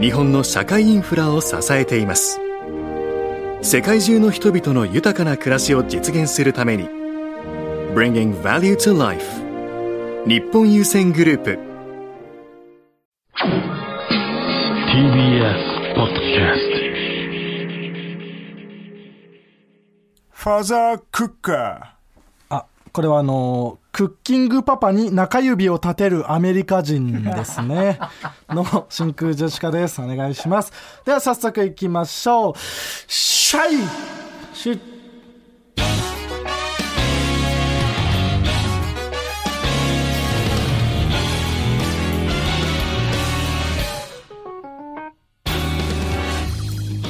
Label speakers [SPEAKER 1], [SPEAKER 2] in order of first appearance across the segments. [SPEAKER 1] 日本の社会インフラを支えています世界中の人々の豊かな暮らしを実現するために Bringing Value to Life 日本郵船グループ
[SPEAKER 2] TBS Podcast.
[SPEAKER 3] Father Cooker.
[SPEAKER 4] あ、これはあのー、クッキングパパに中指を立てるアメリカ人ですね。どうも、真空ジェシカです。お願いします。では早速行きましょう。シャイシュッ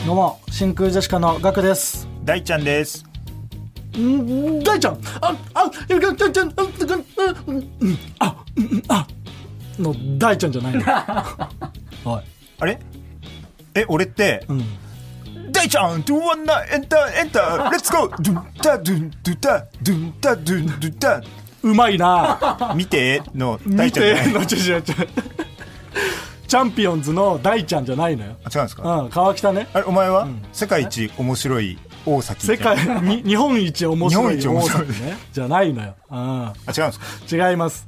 [SPEAKER 4] どうも、真空ジェシカのガクです。
[SPEAKER 3] 大ちゃんです。
[SPEAKER 4] 大ちゃんああいやちゃんちゃんあうんうんあうんあの大ちゃんじゃないのおい
[SPEAKER 3] あれえ、俺って、
[SPEAKER 4] ん
[SPEAKER 3] 大ちゃん、ドゥワンナ、エンタ、エンタ、レッツゴードゥンタ、ドゥン、ドゥタ、ドゥンタ、ドゥン、ドゥ
[SPEAKER 4] うまいな
[SPEAKER 3] タ、見ての大
[SPEAKER 4] 見
[SPEAKER 3] ちゃんじゃな
[SPEAKER 4] て
[SPEAKER 3] い。
[SPEAKER 4] のちょちょちょチャンピオンズの大ちゃんじゃないのよ
[SPEAKER 3] あ違うんですか
[SPEAKER 4] うん川北ね
[SPEAKER 3] あれ、お前は、世界一面白い大崎。
[SPEAKER 4] 世界に日本一面白い
[SPEAKER 3] 日本一面白い
[SPEAKER 4] 王さんねじゃないのようん
[SPEAKER 3] あ、違うんですか
[SPEAKER 4] 違います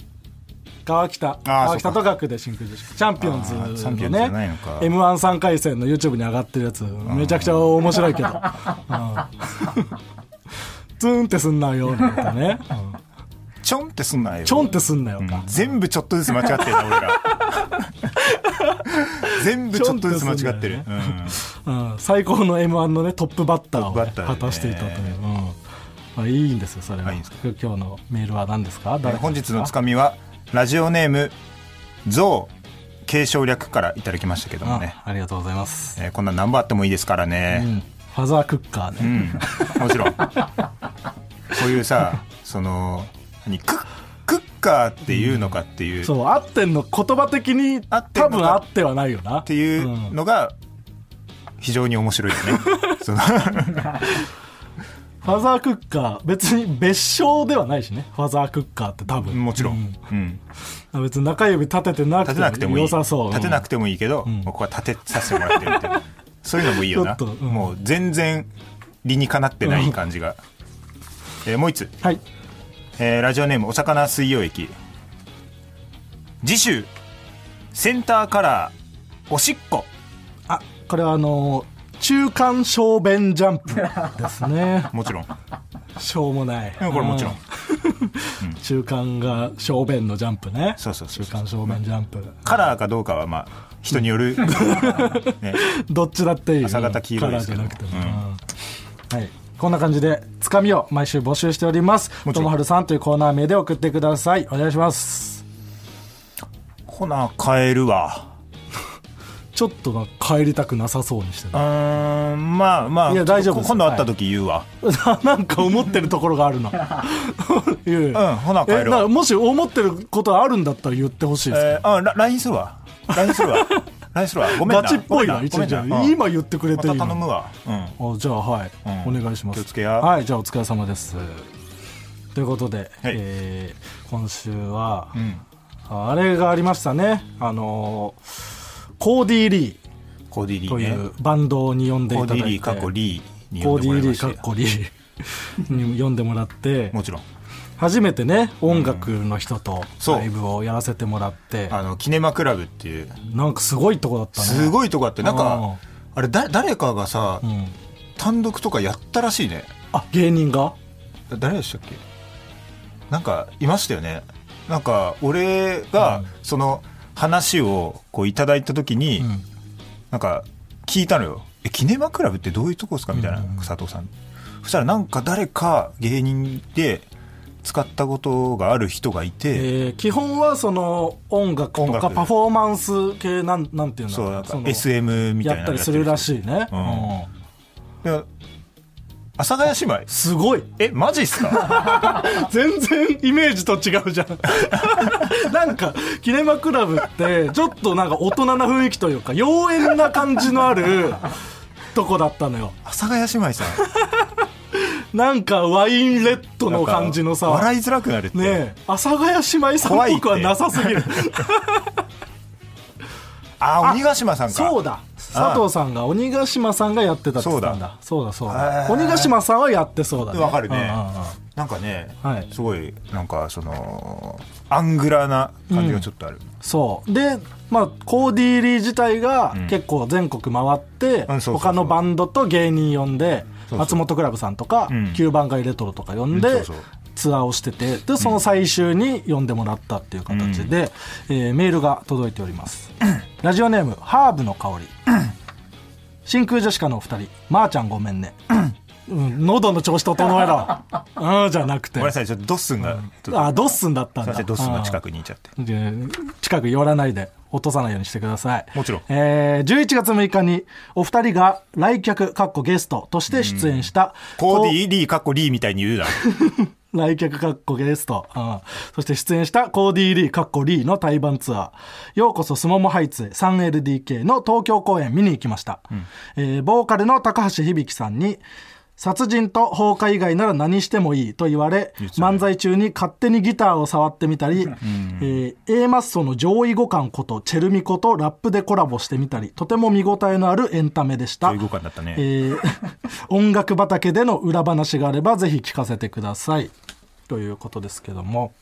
[SPEAKER 4] 川北川北
[SPEAKER 3] そ
[SPEAKER 4] と学で真空女子チャンピオンズ
[SPEAKER 3] あ
[SPEAKER 4] の
[SPEAKER 3] ー
[SPEAKER 4] ね
[SPEAKER 3] チャンピオンズじゃないのか
[SPEAKER 4] m 1 3回戦の YouTube に上がってるやつめちゃくちゃ面白いけど、うん ツーンってすんなよなんかね、うん
[SPEAKER 3] ちょんってすんなよ。
[SPEAKER 4] ちょんってすんなよか、
[SPEAKER 3] うん全部ちょっとずつ間違ってるな、俺 ら。全部ちょっとずつ間違ってる。
[SPEAKER 4] ちょんってすん
[SPEAKER 3] うん
[SPEAKER 4] うん最高の m 1の、ね、トップバッターを
[SPEAKER 3] トップ
[SPEAKER 4] ね、
[SPEAKER 3] バッターで
[SPEAKER 4] 果
[SPEAKER 3] ね
[SPEAKER 4] たしていたという、うんまあ、いいんですよそれは
[SPEAKER 3] あいいんですか
[SPEAKER 4] 今日のメールは何ですか
[SPEAKER 3] え
[SPEAKER 4] 誰
[SPEAKER 3] ー
[SPEAKER 4] か
[SPEAKER 3] 本
[SPEAKER 4] で
[SPEAKER 3] 日
[SPEAKER 4] すか
[SPEAKER 3] のつかみはラジオネームゾウ継承略からいただきましたけどもね、
[SPEAKER 4] あありがとうございます、
[SPEAKER 3] えーこんな何番あってもいいですから
[SPEAKER 4] う
[SPEAKER 3] ね
[SPEAKER 4] ん、ファザークッカーね、
[SPEAKER 3] うん、もちろんこういうさその何クックッカーっていうのかっていう、
[SPEAKER 4] そう、合ってんの、言葉的に
[SPEAKER 3] 合ってん
[SPEAKER 4] 多
[SPEAKER 3] のか
[SPEAKER 4] 分合ってはないよな。っ
[SPEAKER 3] っていうのが非常に面白いよね その
[SPEAKER 4] ファザークッカー、別に別称ではないしね。ファザークッカーって多分。
[SPEAKER 3] もちろん、うん、
[SPEAKER 4] うん別に中指立ててな
[SPEAKER 3] 立てなく
[SPEAKER 4] くて
[SPEAKER 3] て
[SPEAKER 4] も
[SPEAKER 3] もいい
[SPEAKER 4] 良さそう。
[SPEAKER 3] 立てなく
[SPEAKER 4] て
[SPEAKER 3] てもいいけど、
[SPEAKER 4] ん
[SPEAKER 3] もうここは立てさせてもらってるって いうそういうのもいいよな
[SPEAKER 4] ちょっとうん
[SPEAKER 3] もう全然理にかなってない感じが、えーもう一つ、
[SPEAKER 4] はい。
[SPEAKER 3] えーラジオネームお魚水曜駅次週センターカラーおしっこ。
[SPEAKER 4] あ、これはあのー中間小便ジャンプですね
[SPEAKER 3] もちろん
[SPEAKER 4] しょうもない。
[SPEAKER 3] うんこれもちろん
[SPEAKER 4] う中間が小便のジャンプね。
[SPEAKER 3] そうそうそう
[SPEAKER 4] 中間小便ジャンプ。
[SPEAKER 3] カラーかどうかはまあ人による、ね、
[SPEAKER 4] どっちだっていいよ。
[SPEAKER 3] 朝方黄色いですけど
[SPEAKER 4] カラーじゃなくてもうんはい。こんな感じで、つかみを毎週募集しております。
[SPEAKER 3] もち
[SPEAKER 4] と
[SPEAKER 3] ろん
[SPEAKER 4] もはるさんというコーナー名で送ってください。お願いします。
[SPEAKER 3] ほな変える わ
[SPEAKER 4] ちょっとな帰りたくなさそうにして
[SPEAKER 3] うーんまあまあ
[SPEAKER 4] いや大丈夫です
[SPEAKER 3] 今度会った時言うわ、
[SPEAKER 4] る。 なんか思ってるところがあるな。 いやいや
[SPEAKER 3] うんほな帰
[SPEAKER 4] え
[SPEAKER 3] る
[SPEAKER 4] な
[SPEAKER 3] わ
[SPEAKER 4] もし思ってることあるんだったら言ってほしいです
[SPEAKER 3] えー、あラ LINE するわ LINE するわ LINE するわごめんな
[SPEAKER 4] ガチっぽいな、
[SPEAKER 3] ごめん
[SPEAKER 4] 一応じゃあ
[SPEAKER 3] ごめんなうん
[SPEAKER 4] 今言ってくれ
[SPEAKER 3] ま
[SPEAKER 4] てい
[SPEAKER 3] た
[SPEAKER 4] い
[SPEAKER 3] 頼
[SPEAKER 4] の
[SPEAKER 3] むわうん
[SPEAKER 4] あじゃあはい、
[SPEAKER 3] うん
[SPEAKER 4] お願いしま
[SPEAKER 3] 気
[SPEAKER 4] す
[SPEAKER 3] をつけや
[SPEAKER 4] はいじゃあお疲れ様ですということで、
[SPEAKER 3] はい
[SPEAKER 4] えー今週は、
[SPEAKER 3] ん
[SPEAKER 4] あれがありましたねあのーコーディー・リ
[SPEAKER 3] コーディリ
[SPEAKER 4] ーとい
[SPEAKER 3] ーね
[SPEAKER 4] うバンドに呼んでい
[SPEAKER 3] コ
[SPEAKER 4] た
[SPEAKER 3] ー
[SPEAKER 4] だ
[SPEAKER 3] デ
[SPEAKER 4] い
[SPEAKER 3] ィ
[SPEAKER 4] て
[SPEAKER 3] リー過去リーに
[SPEAKER 4] コ
[SPEAKER 3] 呼
[SPEAKER 4] ー
[SPEAKER 3] んでもらいま
[SPEAKER 4] ディー・リー
[SPEAKER 3] して
[SPEAKER 4] かっこリーに呼んでもらって
[SPEAKER 3] もちろん
[SPEAKER 4] 初めてね音楽の人と
[SPEAKER 3] そう
[SPEAKER 4] ライブをやらせてもらって、
[SPEAKER 3] あのキネマクラブっていう
[SPEAKER 4] なんかすごいとこだったね
[SPEAKER 3] すごいとこあってなん
[SPEAKER 4] うん
[SPEAKER 3] かあれだ誰かがさ
[SPEAKER 4] うん
[SPEAKER 3] 単独とかやったらしいね
[SPEAKER 4] あ芸人が
[SPEAKER 3] 誰でしたっけなんかいましたよねなんか俺がその話をこういただいた時に
[SPEAKER 4] ん
[SPEAKER 3] なんか聞いたのよ「えキネマクラブってどういうとこですか?」みたいな
[SPEAKER 4] うんうん
[SPEAKER 3] 佐藤さんそしたらなんか誰か芸人で使ったことがある人がいて、
[SPEAKER 4] えー基本はその音楽と
[SPEAKER 3] 音
[SPEAKER 4] か
[SPEAKER 3] 楽
[SPEAKER 4] パフォーマンス系なんなんていうんだろ
[SPEAKER 3] そううなんか
[SPEAKER 4] の
[SPEAKER 3] SM みたいな
[SPEAKER 4] やったりするら
[SPEAKER 3] い
[SPEAKER 4] しいね、
[SPEAKER 3] う
[SPEAKER 4] うん
[SPEAKER 3] 阿佐ヶ谷姉妹
[SPEAKER 4] すごい
[SPEAKER 3] えマジっす か
[SPEAKER 4] 全然イメージと違うじゃん なんかキネマクラブってちょっとなんか大人な雰囲気というか妖艶な感じのあるとこだったのよ
[SPEAKER 3] 阿佐ヶ谷姉妹さん
[SPEAKER 4] なんかワインレッドの感じのさ
[SPEAKER 3] なんか笑いづらくなるって、
[SPEAKER 4] ねえ阿佐ヶ谷姉妹さんっぽくはなさす ぎる
[SPEAKER 3] あ鬼ヶ島さんか
[SPEAKER 4] そうだ佐藤さんが鬼ヶ島さんがやってたって言ってたんだそうだそうだ
[SPEAKER 3] へえ
[SPEAKER 4] 鬼ヶ島さんはやってそうだね
[SPEAKER 3] わかるね
[SPEAKER 4] うんうんうん
[SPEAKER 3] なんかね、
[SPEAKER 4] はい
[SPEAKER 3] すごいなんかそのアングラな感じがちょっとある、
[SPEAKER 4] そうでまあコーディー・リー自体が
[SPEAKER 3] ん
[SPEAKER 4] 結構全国回っ
[SPEAKER 3] う
[SPEAKER 4] て、
[SPEAKER 3] んそうそうそう
[SPEAKER 4] 他のバンドと芸人呼んで
[SPEAKER 3] そう
[SPEAKER 4] 松本クラブさんとか、
[SPEAKER 3] うん
[SPEAKER 4] 9番街レトロとか呼んで、
[SPEAKER 3] うんそうそう
[SPEAKER 4] ツアーをしててでその最終に呼んでもらったっていう形で、えーメールが届いてお ります、ラジオネームハーブの香り、真空ジェシカのお二人まー、ちゃんごめんね、うん、喉の調子整 えろうんじゃなくて
[SPEAKER 3] ごめんなさいちょっとドッスンが、ちょっと
[SPEAKER 4] あドッスンだったん
[SPEAKER 3] すい
[SPEAKER 4] だ
[SPEAKER 3] ませんドッスンが近
[SPEAKER 4] く
[SPEAKER 3] くにいちゃって
[SPEAKER 4] で近く寄らないで落とさないようにしてください
[SPEAKER 3] もちろん
[SPEAKER 4] えー、11月6日にお二人が来客かっこゲストとして出演した、
[SPEAKER 3] コーディーリーかっこリーみたいに言うな
[SPEAKER 4] 来客かっこゲスト、うん、そして出演したコーディー・リーかっこリーの対バンツアー「ようこそスモモハイツへ 3LDK」の東京公演見に行きました、えーボーカルの高橋響さんに「殺人と放火以外なら何してもいい」と言われ
[SPEAKER 3] 言ってたね
[SPEAKER 4] 漫才中に勝手にギターを触ってみたり、えー A マッソの上位互換ことチェルミコとラップでコラボしてみたりとても見応えのあるエンタメでした
[SPEAKER 3] 上位互換だったね
[SPEAKER 4] えー音楽畑での裏話があればぜひ聞かせてくださいということですけども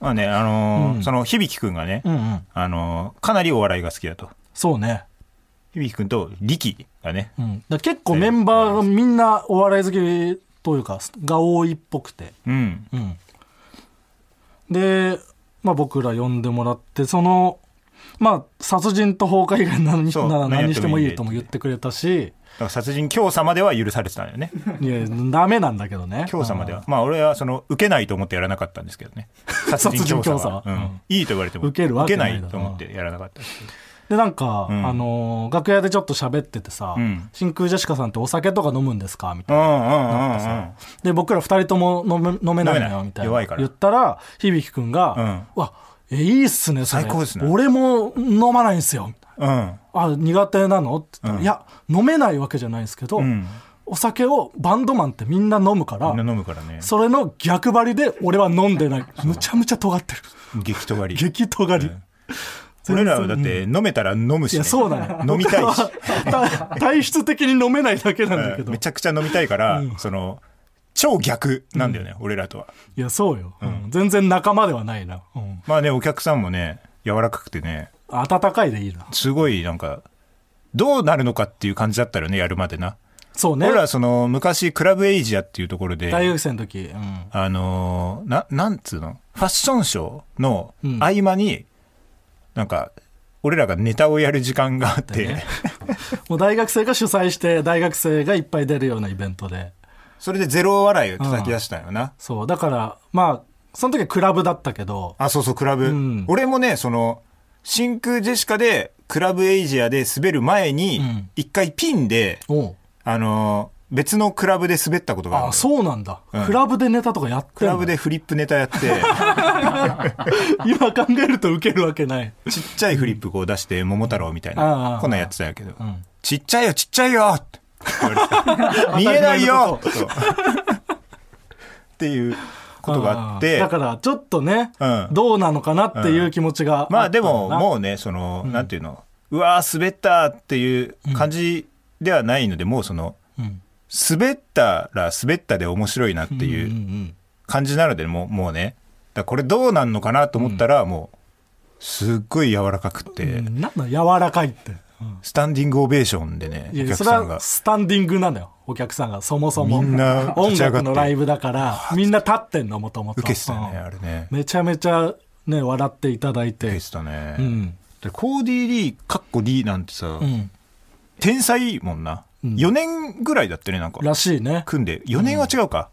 [SPEAKER 3] まあねあのーその響くんがね、
[SPEAKER 4] うんうん
[SPEAKER 3] あのーかなりお笑いが好きだと
[SPEAKER 4] そうね、
[SPEAKER 3] 響くんと力がね
[SPEAKER 4] うん、だ結構メンバーがみんなお笑い好きというかが多いっぽくて
[SPEAKER 3] うん
[SPEAKER 4] うん、で、まあ、僕ら呼んでもらってその、まあ、殺人と放火以外何
[SPEAKER 3] そう
[SPEAKER 4] なら
[SPEAKER 3] 何や
[SPEAKER 4] 何
[SPEAKER 3] っ
[SPEAKER 4] してて
[SPEAKER 3] も
[SPEAKER 4] も
[SPEAKER 3] いい
[SPEAKER 4] い
[SPEAKER 3] んで
[SPEAKER 4] いとも言ってくれたし
[SPEAKER 3] だから殺人教唆までは許されてたんだよ ね
[SPEAKER 4] いやダメなんだけどね
[SPEAKER 3] 教唆まではまあ俺はその受けないと思ってやらなかったんですけどね殺人教唆は
[SPEAKER 4] 殺人教唆は
[SPEAKER 3] うん
[SPEAKER 4] うん
[SPEAKER 3] いいと言われても
[SPEAKER 4] 受けるわけないだろ
[SPEAKER 3] 受けないと思ってやらなかったですけど
[SPEAKER 4] でなんか、
[SPEAKER 3] うん
[SPEAKER 4] あのー楽屋でちょっと喋っててさ、
[SPEAKER 3] うん
[SPEAKER 4] 真空ジェシカさんってお酒とか飲むんですかみたいな。
[SPEAKER 3] うんうんうん
[SPEAKER 4] なんかさで僕ら2人とも飲め飲めないのよみたい
[SPEAKER 3] 飲めない弱
[SPEAKER 4] な
[SPEAKER 3] いから
[SPEAKER 4] 言ったら響くんが「わえいいっすねそれ
[SPEAKER 3] 最高ですね
[SPEAKER 4] 俺も飲まないんすよ」
[SPEAKER 3] うんうん
[SPEAKER 4] あ苦手なの?」って言ったら、
[SPEAKER 3] うん
[SPEAKER 4] いや飲めないわけじゃないんですけど、
[SPEAKER 3] うん
[SPEAKER 4] お酒をバンドマンってみんな飲むから
[SPEAKER 3] みんな飲むからね
[SPEAKER 4] それの逆張りで俺は飲んでないむちゃむちゃ尖って る
[SPEAKER 3] 激とがり
[SPEAKER 4] 激尖り、
[SPEAKER 3] うん俺らはだって飲めたら飲むし、
[SPEAKER 4] い
[SPEAKER 3] ね、
[SPEAKER 4] や、そうだね。
[SPEAKER 3] 飲みたいし
[SPEAKER 4] 僕はた体質的に飲めないだけなんだけ
[SPEAKER 3] う
[SPEAKER 4] ど。
[SPEAKER 3] ん
[SPEAKER 4] い
[SPEAKER 3] めちゃくちゃ飲みたいから、その超逆なんだよね、俺らとは
[SPEAKER 4] や、そうよ、うん全然仲間ではないな。うん
[SPEAKER 3] まあねお客さんもね柔らかくてね
[SPEAKER 4] 温かいでいいな。
[SPEAKER 3] すごいなんかどうなるのかっていう感じだったよねやるまでな、
[SPEAKER 4] そうね
[SPEAKER 3] 俺。らその昔クラブエイジアっていうところで
[SPEAKER 4] 大学生の時。うん
[SPEAKER 3] あのーななんつうのファッションショーの
[SPEAKER 4] うん
[SPEAKER 3] 合間に、なんか俺らがネタをやる時間があって、
[SPEAKER 4] ねもう大学生が主催して、大学生がいっぱい出るようなイベントで。
[SPEAKER 3] それでゼロ笑いを叩き出したよな、
[SPEAKER 4] そう。だから、まあ、その時はクラブだったけど、
[SPEAKER 3] あそうそうクラブ、
[SPEAKER 4] うん
[SPEAKER 3] 俺もねその真空ジェシカでクラブエイジアで滑る前
[SPEAKER 4] う
[SPEAKER 3] に
[SPEAKER 4] ん
[SPEAKER 3] 一、回ピンで、
[SPEAKER 4] おう
[SPEAKER 3] あのー別のクラブで滑ったことがある
[SPEAKER 4] あ、そうなんだ、
[SPEAKER 3] うん
[SPEAKER 4] クラブでネタとかやって
[SPEAKER 3] ク
[SPEAKER 4] ん
[SPEAKER 3] ラ
[SPEAKER 4] の
[SPEAKER 3] ブでフリップネタやって
[SPEAKER 4] 今考えるとウケるわけない。
[SPEAKER 3] ちっちゃいフリップこう出して「桃太郎」みたい
[SPEAKER 4] あ
[SPEAKER 3] な
[SPEAKER 4] あ
[SPEAKER 3] こんなんやってたんやけど、
[SPEAKER 4] ん
[SPEAKER 3] ちっちゃいよちっちゃい よ!」って言われて見えないよ!」とっていうことがあっ
[SPEAKER 4] ー
[SPEAKER 3] て
[SPEAKER 4] だから、ちょっとね、
[SPEAKER 3] うん
[SPEAKER 4] どうなのかなっていう気持ちがったんだな。
[SPEAKER 3] まあでももうねその、なんていうのうわー滑ったっていう感じではないので、もうその
[SPEAKER 4] うん。
[SPEAKER 3] 滑ったら滑ったで面白いなってい
[SPEAKER 4] ん
[SPEAKER 3] ううん感じなので、もうもうねだからこれどうなんのかなと思ったら、もうすっごい柔らかくて、
[SPEAKER 4] うんなんだ柔らかいって、
[SPEAKER 3] スタンディングオベーションでね
[SPEAKER 4] い
[SPEAKER 3] お
[SPEAKER 4] や
[SPEAKER 3] 客
[SPEAKER 4] それ
[SPEAKER 3] さんが
[SPEAKER 4] はスタンディングなのよお客さんがそもそも
[SPEAKER 3] みんな
[SPEAKER 4] 音
[SPEAKER 3] 立ち上がって
[SPEAKER 4] 楽のライブだからみんな立ってんのもともと
[SPEAKER 3] 受けてたねあれね
[SPEAKER 4] めちゃめちゃね笑っていただい
[SPEAKER 3] 受
[SPEAKER 4] て
[SPEAKER 3] けてたね、
[SPEAKER 4] うん
[SPEAKER 3] でコーディー・リーかっこリーなんてさ、
[SPEAKER 4] うん
[SPEAKER 3] 天才もんな、
[SPEAKER 4] うん
[SPEAKER 3] 4年ぐらいだってねなんから
[SPEAKER 4] しいね
[SPEAKER 3] 組んで4年は違うか、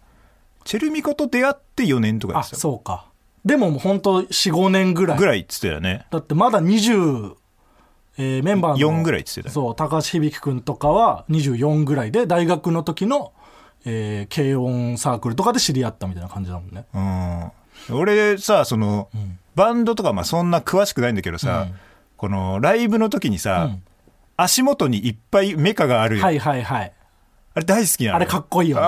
[SPEAKER 3] チェルミコと出会って4年とか
[SPEAKER 4] あ
[SPEAKER 3] ですよ
[SPEAKER 4] そうかでももう本当45年ぐらい
[SPEAKER 3] ぐらいっつってたよね
[SPEAKER 4] だってまだ20、えーメンバーの
[SPEAKER 3] 4ぐらいっつってたよね
[SPEAKER 4] そう高橋響君とかは24ぐらいで大学の時の、えー軽音サークルとかで知り合ったみたいな感じだもんね
[SPEAKER 3] うん、俺さその、バンドとかまあそんな詳しくないんだけどさ、このライブの時にさ、
[SPEAKER 4] うん
[SPEAKER 3] 足元にいっぱいメカがある、
[SPEAKER 4] はいはいはい
[SPEAKER 3] あれ大好きなの
[SPEAKER 4] あれかっこいいよね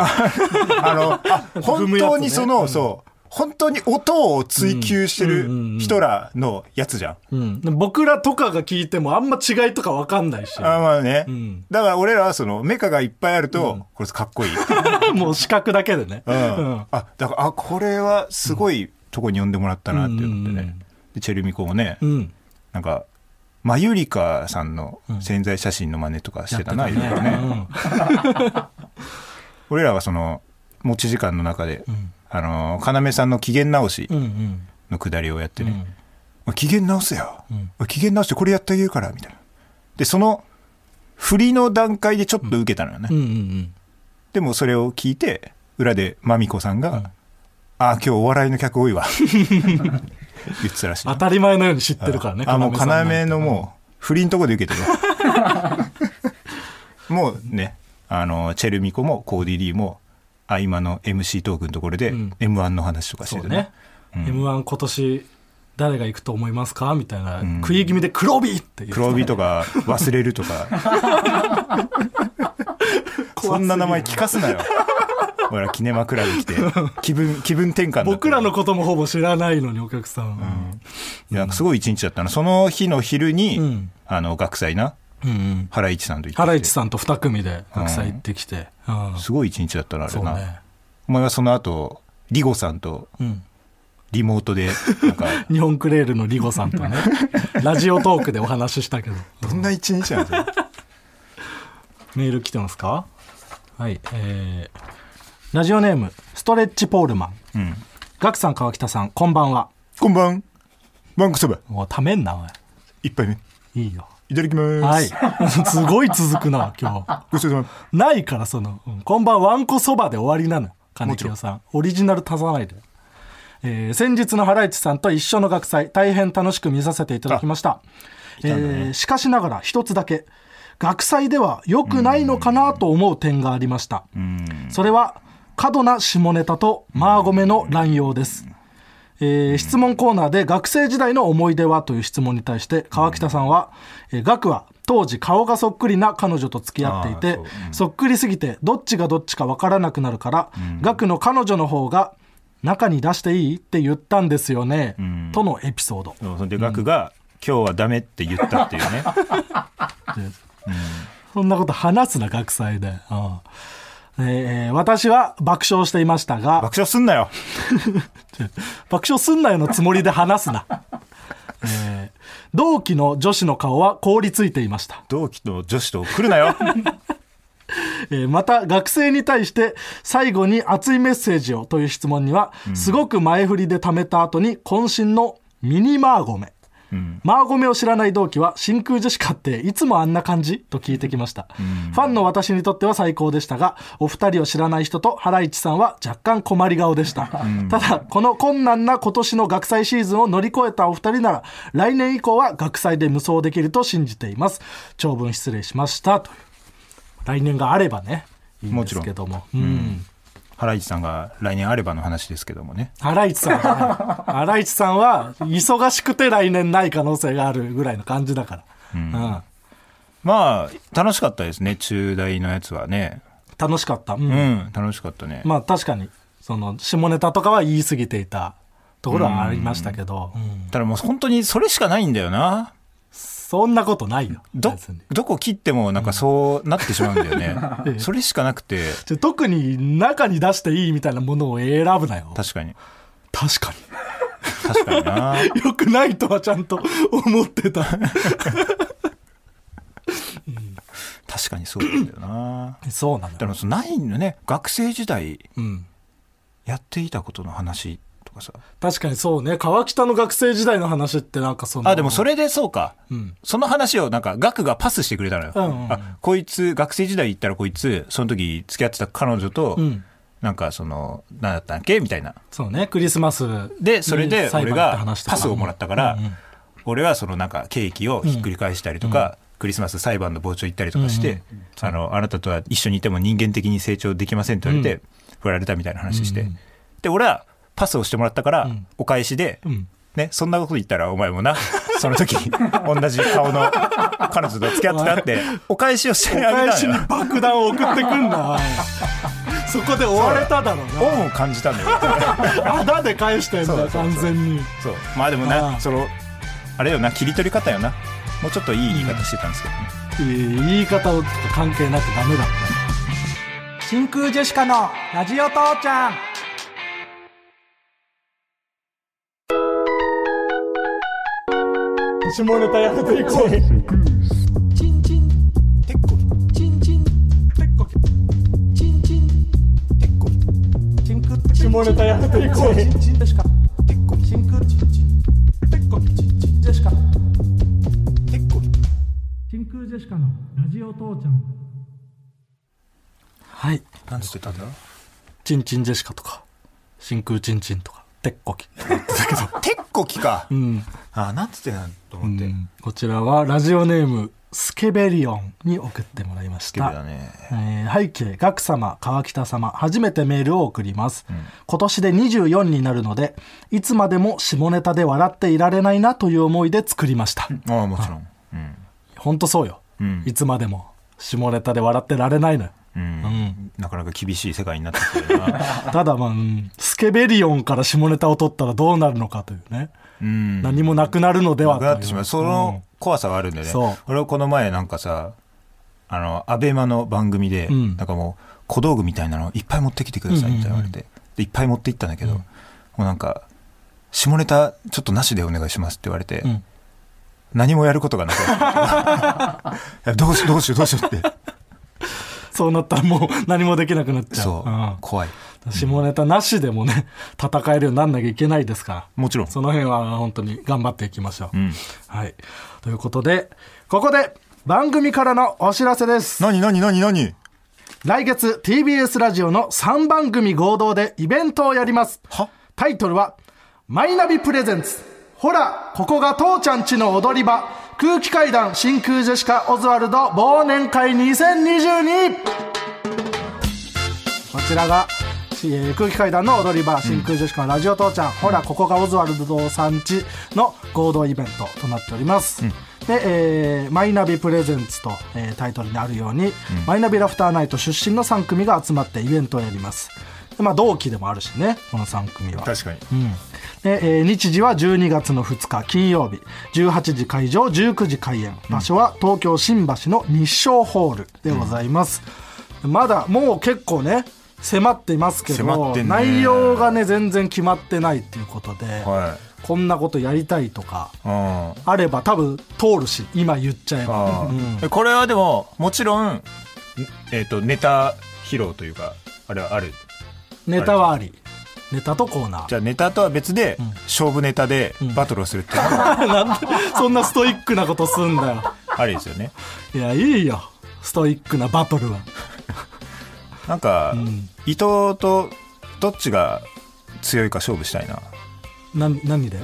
[SPEAKER 3] あの あ
[SPEAKER 4] 踏
[SPEAKER 3] 本
[SPEAKER 4] むやつね
[SPEAKER 3] 当にその、そう本当に音を追求して
[SPEAKER 4] うんうんうんう
[SPEAKER 3] る
[SPEAKER 4] ん
[SPEAKER 3] 人らのやつじゃん、
[SPEAKER 4] うん、僕らとかが聞いてもあんま違いとか分かんないし
[SPEAKER 3] あまあね、
[SPEAKER 4] ん
[SPEAKER 3] だから俺らはそのメカがいっぱいあると、これかっこいい、う
[SPEAKER 4] もう視覚だけでね、
[SPEAKER 3] ん
[SPEAKER 4] うん
[SPEAKER 3] あだからあこれはすごいとこに呼んでもらったなっていうのでね、
[SPEAKER 4] うんうんうん
[SPEAKER 3] でチェルミコもね、
[SPEAKER 4] うん
[SPEAKER 3] なんか、マユリカさんの潜在写真の真似とかしてたな、いろいろね。俺らはその、持ち時間の中で、あの、要さんの機嫌直し
[SPEAKER 4] うんうん
[SPEAKER 3] のくだりをやってね、おい機嫌直せよ、おい機嫌直してこれやってあげるから、みたいな。で、その、振りの段階でちょっと受けたのよね。
[SPEAKER 4] うんうんうん
[SPEAKER 3] でもそれを聞いて、裏でマミコさんが、ああ、今日お笑いの客多い わ。言ってたらしい。
[SPEAKER 4] 当たり前のように知ってるからね
[SPEAKER 3] あ、もう要
[SPEAKER 4] さんなんて
[SPEAKER 3] のもう、不倫とこで受けてるわ。 もうね、あの、チェルミコもコーディリーも、合間の MC トークのところで、
[SPEAKER 4] うん
[SPEAKER 3] M1 の話とかして
[SPEAKER 4] そ
[SPEAKER 3] て
[SPEAKER 4] うね
[SPEAKER 3] ね。、
[SPEAKER 4] m 1今年誰が行くと思いますかみたいな、食い気味で黒帯っていう
[SPEAKER 3] 黒帯とか忘れると か。そんな名前聞かすなよ。ほら、キネマクラブ来て、気分、気分転換だった
[SPEAKER 4] 僕らのこともほぼ知らないのにお客さん、
[SPEAKER 3] いや、すごい一日だったな。その日の昼に、
[SPEAKER 4] うん
[SPEAKER 3] あの、学祭な、
[SPEAKER 4] うんうん
[SPEAKER 3] 原市さんと行ってきて。
[SPEAKER 4] ハライチさんと2組で学祭行ってきて、うん
[SPEAKER 3] すごい一日だったな、あれ
[SPEAKER 4] そう
[SPEAKER 3] な。
[SPEAKER 4] ね、
[SPEAKER 3] お前はその後、リゴさんと
[SPEAKER 4] うん、
[SPEAKER 3] リモートで、なん か、
[SPEAKER 4] 日本クレールのリゴさんと ねラジオトークでお話ししたけど
[SPEAKER 3] どんな一日なんですか
[SPEAKER 4] メール来てますかはい、えー、ラジオネーム、ストレッチポールマン。
[SPEAKER 3] ん
[SPEAKER 4] ガクさん、川北さん、こんばんは。
[SPEAKER 3] こんばん。バンクそば、
[SPEAKER 4] もうためんな、お
[SPEAKER 3] 一杯目。
[SPEAKER 4] い。いいよ。
[SPEAKER 3] いただきます。
[SPEAKER 4] はい。すごい続くな、今日。
[SPEAKER 3] ごちそうさま。
[SPEAKER 4] ないから、その、うんこんばんはわんこそばで終わりなの。金清さん。オリジナル足さないで。えー先日のハライチさんと一緒の学祭、大変楽しく見させていただきました。えーしかしながら一つだけ、学祭では良くないのかなと思う点がありました。それは、過度な下ネタとマーゴメの乱用です。えー質問コーナーで学生時代の思い出はという質問に対して川北さんは、えー学は当時顔がそっくりな彼女と付き合ってい
[SPEAKER 3] あー
[SPEAKER 4] て
[SPEAKER 3] そう
[SPEAKER 4] そっくりすぎてどっちがどっちか分からなくなるから、学の彼女の方が中に出していいって言ったんですよね、とのエピソード
[SPEAKER 3] それで、ガクが、今日はダメって言ったっていう ね。
[SPEAKER 4] そんなこと話すな学祭で、うんえー私は爆笑していましたが
[SPEAKER 3] 爆笑すんなよ。
[SPEAKER 4] 爆笑すんなよのつもりで話すな、 えー同期の女子の顔は凍りついていました
[SPEAKER 3] 同期と女子と来るなよ。
[SPEAKER 4] えーまた学生に対して最後に熱いメッセージをという質問には、すごく前振りで貯めた後に渾身のミニマーゴメ、マーゴメを知らない同期は真空ジェシカっていつもあんな感じと聞いてきました、ファンの私にとっては最高でしたがお二人を知らない人とハライチさんは若干困り顔でした、ただこの困難な今年の学祭シーズンを乗り越えたお二人なら来年以降は学祭で無双できると信じています長文失礼しましたという来年があればねいいんですけどもうん
[SPEAKER 3] 原市さんが来年あればの話ですけどもね。
[SPEAKER 4] 荒市さんは ね荒市さんは忙しくて来年ない可能性があるぐらいの感じだから、うん
[SPEAKER 3] まあ、楽しかったですね、中大のやつはね。
[SPEAKER 4] 楽しかった、うん
[SPEAKER 3] うん、楽しかったね。
[SPEAKER 4] まあ確かにその下ネタとかは言い過ぎていたところはありましたけど、うん
[SPEAKER 3] ただもう本当にそれしかないんだよな。
[SPEAKER 4] そんなことないよ
[SPEAKER 3] ど
[SPEAKER 4] 別に、
[SPEAKER 3] どこ切ってもなんかそうなってしまうんだ よね。それしかなくて、
[SPEAKER 4] ちょ特に中に出していいみたいなものを選ぶなよ
[SPEAKER 3] 確かに。
[SPEAKER 4] 確かに
[SPEAKER 3] 確かにな。
[SPEAKER 4] 良くないとはちゃんと思って た
[SPEAKER 3] 確かにそうなんだよな
[SPEAKER 4] そうなんだ
[SPEAKER 3] で
[SPEAKER 4] よ
[SPEAKER 3] もそのないのね学生時代
[SPEAKER 4] うん
[SPEAKER 3] やっていたことの話とかさ
[SPEAKER 4] 確かにそうね川北の学生時代の話ってなんかその
[SPEAKER 3] あでもそ
[SPEAKER 4] れ
[SPEAKER 3] れでそうか、
[SPEAKER 4] うん
[SPEAKER 3] その話をなんか学がパスしてくれたのよ、
[SPEAKER 4] うんうんうん
[SPEAKER 3] あこいつ学生時代行ったらこいつその時付き合ってた彼女と
[SPEAKER 4] うん
[SPEAKER 3] なんかその、何だったっけみたいな。
[SPEAKER 4] そうね、クリスマス。
[SPEAKER 3] で、それで俺がパスをもらったから
[SPEAKER 4] うんうん、
[SPEAKER 3] 俺はそのなんかケーキをひっくり返したりとか、クリスマス裁判の傍聴行ったりとかして、あの、あなたとは一緒にいても人間的に成長できませんと言われて、振られたみたいな話して。で、俺はパスをしてもらったから、お返しで、ね、そんなこと言ったらお前もな、 その時、同じ顔の彼女と付き合ってたって、お返しをしてあげ
[SPEAKER 4] 返
[SPEAKER 3] た
[SPEAKER 4] し
[SPEAKER 3] の
[SPEAKER 4] に
[SPEAKER 3] よ。
[SPEAKER 4] 爆弾を送ってくんな。そこで追われただろう
[SPEAKER 3] 恩を感じたんだよ。
[SPEAKER 4] な。 あだで返してん
[SPEAKER 3] そう
[SPEAKER 4] だ
[SPEAKER 3] だ
[SPEAKER 4] よ、
[SPEAKER 3] そうだ
[SPEAKER 4] 完全に。
[SPEAKER 3] そうまあでもな
[SPEAKER 4] ああ
[SPEAKER 3] そのあれよな切り取り方よなもうちょっといい言い方してたんですけどね、
[SPEAKER 4] いい言い方を関係なくダメだ。真空ジェシカのラジオ父ちゃん。下ネタやめていこう。
[SPEAKER 2] チンチンテッコリチンチンテッコリチンチンテッコリチンク
[SPEAKER 4] 下ネタやめていこう。
[SPEAKER 2] チンチンジェシカテッコリチンクチンチンテッコリチンチンジェシカテッコリ
[SPEAKER 4] 真空ジェシカのラジオ父ちゃん。はい。
[SPEAKER 3] なんつってたんだ
[SPEAKER 4] チンチンジェシカとか、真空チンチンとか、テッコキ。
[SPEAKER 3] てっこきか、
[SPEAKER 4] うん。
[SPEAKER 3] あなんつってたんだと思って、
[SPEAKER 4] こちらはラジオネーム、スケベリオンに送ってもらいまし
[SPEAKER 3] ゲブだ
[SPEAKER 4] た。
[SPEAKER 3] ね
[SPEAKER 4] えー背景、ガク様、川北様、初めてメールを送ります。今年で24になるので、いつまでも下ネタで笑っていられないなという思いで作りました。
[SPEAKER 3] ああもちろんうん
[SPEAKER 4] ほんとそうよ。
[SPEAKER 3] ん
[SPEAKER 4] いつまでも下ネタで笑ってられないのよ。
[SPEAKER 3] うん、なかなか厳しい世界になってきてる な
[SPEAKER 4] ただまあ、うんスケベリオンから下ネタを取ったらどうなるのかというね。
[SPEAKER 3] うん
[SPEAKER 4] 何もなくなるのでは
[SPEAKER 3] なくなってしまうその怖さがあるんだよね、
[SPEAKER 4] そう
[SPEAKER 3] 俺はこの前なんかさあのアベマの番組で、
[SPEAKER 4] ん
[SPEAKER 3] なんかもう小道具みたいなのいっぱい持ってきてくださいって言われて、でいっぱい持って行ったんだけど、もうなんか下ネタちょっとなしでお願いしますって言われて、
[SPEAKER 4] ん
[SPEAKER 3] 何もやることがなくなってい やどうしようどうしようどうしようって
[SPEAKER 4] そうなったらもう何もできなくなっちゃう。
[SPEAKER 3] そう、怖い
[SPEAKER 4] うん下ネタなしでもね、 戦えるようになんなきゃいけないですから。
[SPEAKER 3] もちろん
[SPEAKER 4] その辺は本当に頑張っていきましょう。
[SPEAKER 3] ん
[SPEAKER 4] はい。ということで、ここで番組からのお知らせです。
[SPEAKER 3] 何何何何
[SPEAKER 4] 来月 TBS ラジオの3番組合同でイベントをやります。
[SPEAKER 3] は
[SPEAKER 4] タイトルは、マイナビプレゼンツ。ほら、ここが父ちゃんちの踊り場。空気階段真空ジェシカオズワルド忘年会2022。こちらが、えー空気階段の踊り場真空ジェシカのラジオ父ちゃん、ほらここがオズワルドさんちの合同イベントとなっております、で、えーマイナビプレゼンツと、えータイトルにあるように、マイナビラフターナイト出身の3組が集まってイベントをやりますでまあ同期でもあるしねこの3組は
[SPEAKER 3] 確かに
[SPEAKER 4] で、えー日時は12月の2日金曜日18時会場19時開演場所は東京新橋の日照ホールでございます、まだもう結構ね迫っていますけ
[SPEAKER 3] 迫
[SPEAKER 4] ど、
[SPEAKER 3] ってんね
[SPEAKER 4] 内容がね全然決まってないっていうことで、
[SPEAKER 3] は
[SPEAKER 4] こんなことやりたいとか
[SPEAKER 3] いうん
[SPEAKER 4] あれば多分通るし今言っちゃえば
[SPEAKER 3] あーこれはでももちろん、んえー、とネタ披露というかあれはある
[SPEAKER 4] ネタはありネタとコーナ
[SPEAKER 3] じ
[SPEAKER 4] ー
[SPEAKER 3] ゃあネタとは別で、勝負ネタでバトルをするっていうのも
[SPEAKER 4] なんでそんなストイックなことすんだよ
[SPEAKER 3] ありですよね
[SPEAKER 4] いやいいよストイックなバトルは
[SPEAKER 3] なんか、伊藤とどっちが強いか勝負したいな
[SPEAKER 4] な何で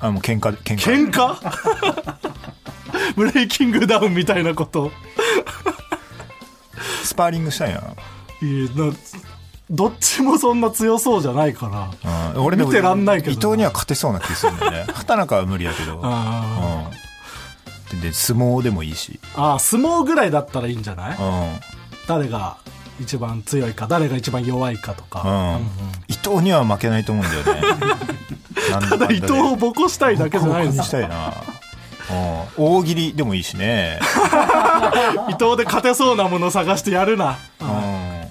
[SPEAKER 3] あもう喧嘩喧嘩
[SPEAKER 4] 喧嘩ブレイキングダウンみたいなこと
[SPEAKER 3] スパーリングしたいない
[SPEAKER 4] やなどっちもそんな強そうじゃないから
[SPEAKER 3] うん、俺でも
[SPEAKER 4] 見てらんないけど
[SPEAKER 3] 伊
[SPEAKER 4] な
[SPEAKER 3] 藤には勝てそうな気するんだよね畑中は無理やけど、うん
[SPEAKER 4] あ
[SPEAKER 3] でで相撲でもいいし、
[SPEAKER 4] ーあー相撲ぐらいだったらいいんじゃない
[SPEAKER 3] うん
[SPEAKER 4] 誰が一番強いか誰が一番弱いかと
[SPEAKER 3] う
[SPEAKER 4] か、
[SPEAKER 3] ん伊藤には負けないと思うんだよねな んだかんだ
[SPEAKER 4] ただ
[SPEAKER 3] で
[SPEAKER 4] 伊藤をボコしたいだけじゃないん
[SPEAKER 3] 報
[SPEAKER 4] で
[SPEAKER 3] 告し
[SPEAKER 4] す
[SPEAKER 3] たいなうん大喜利でもいいしね、
[SPEAKER 4] 伊藤で勝てそうなもの探してやるな
[SPEAKER 3] うん、あ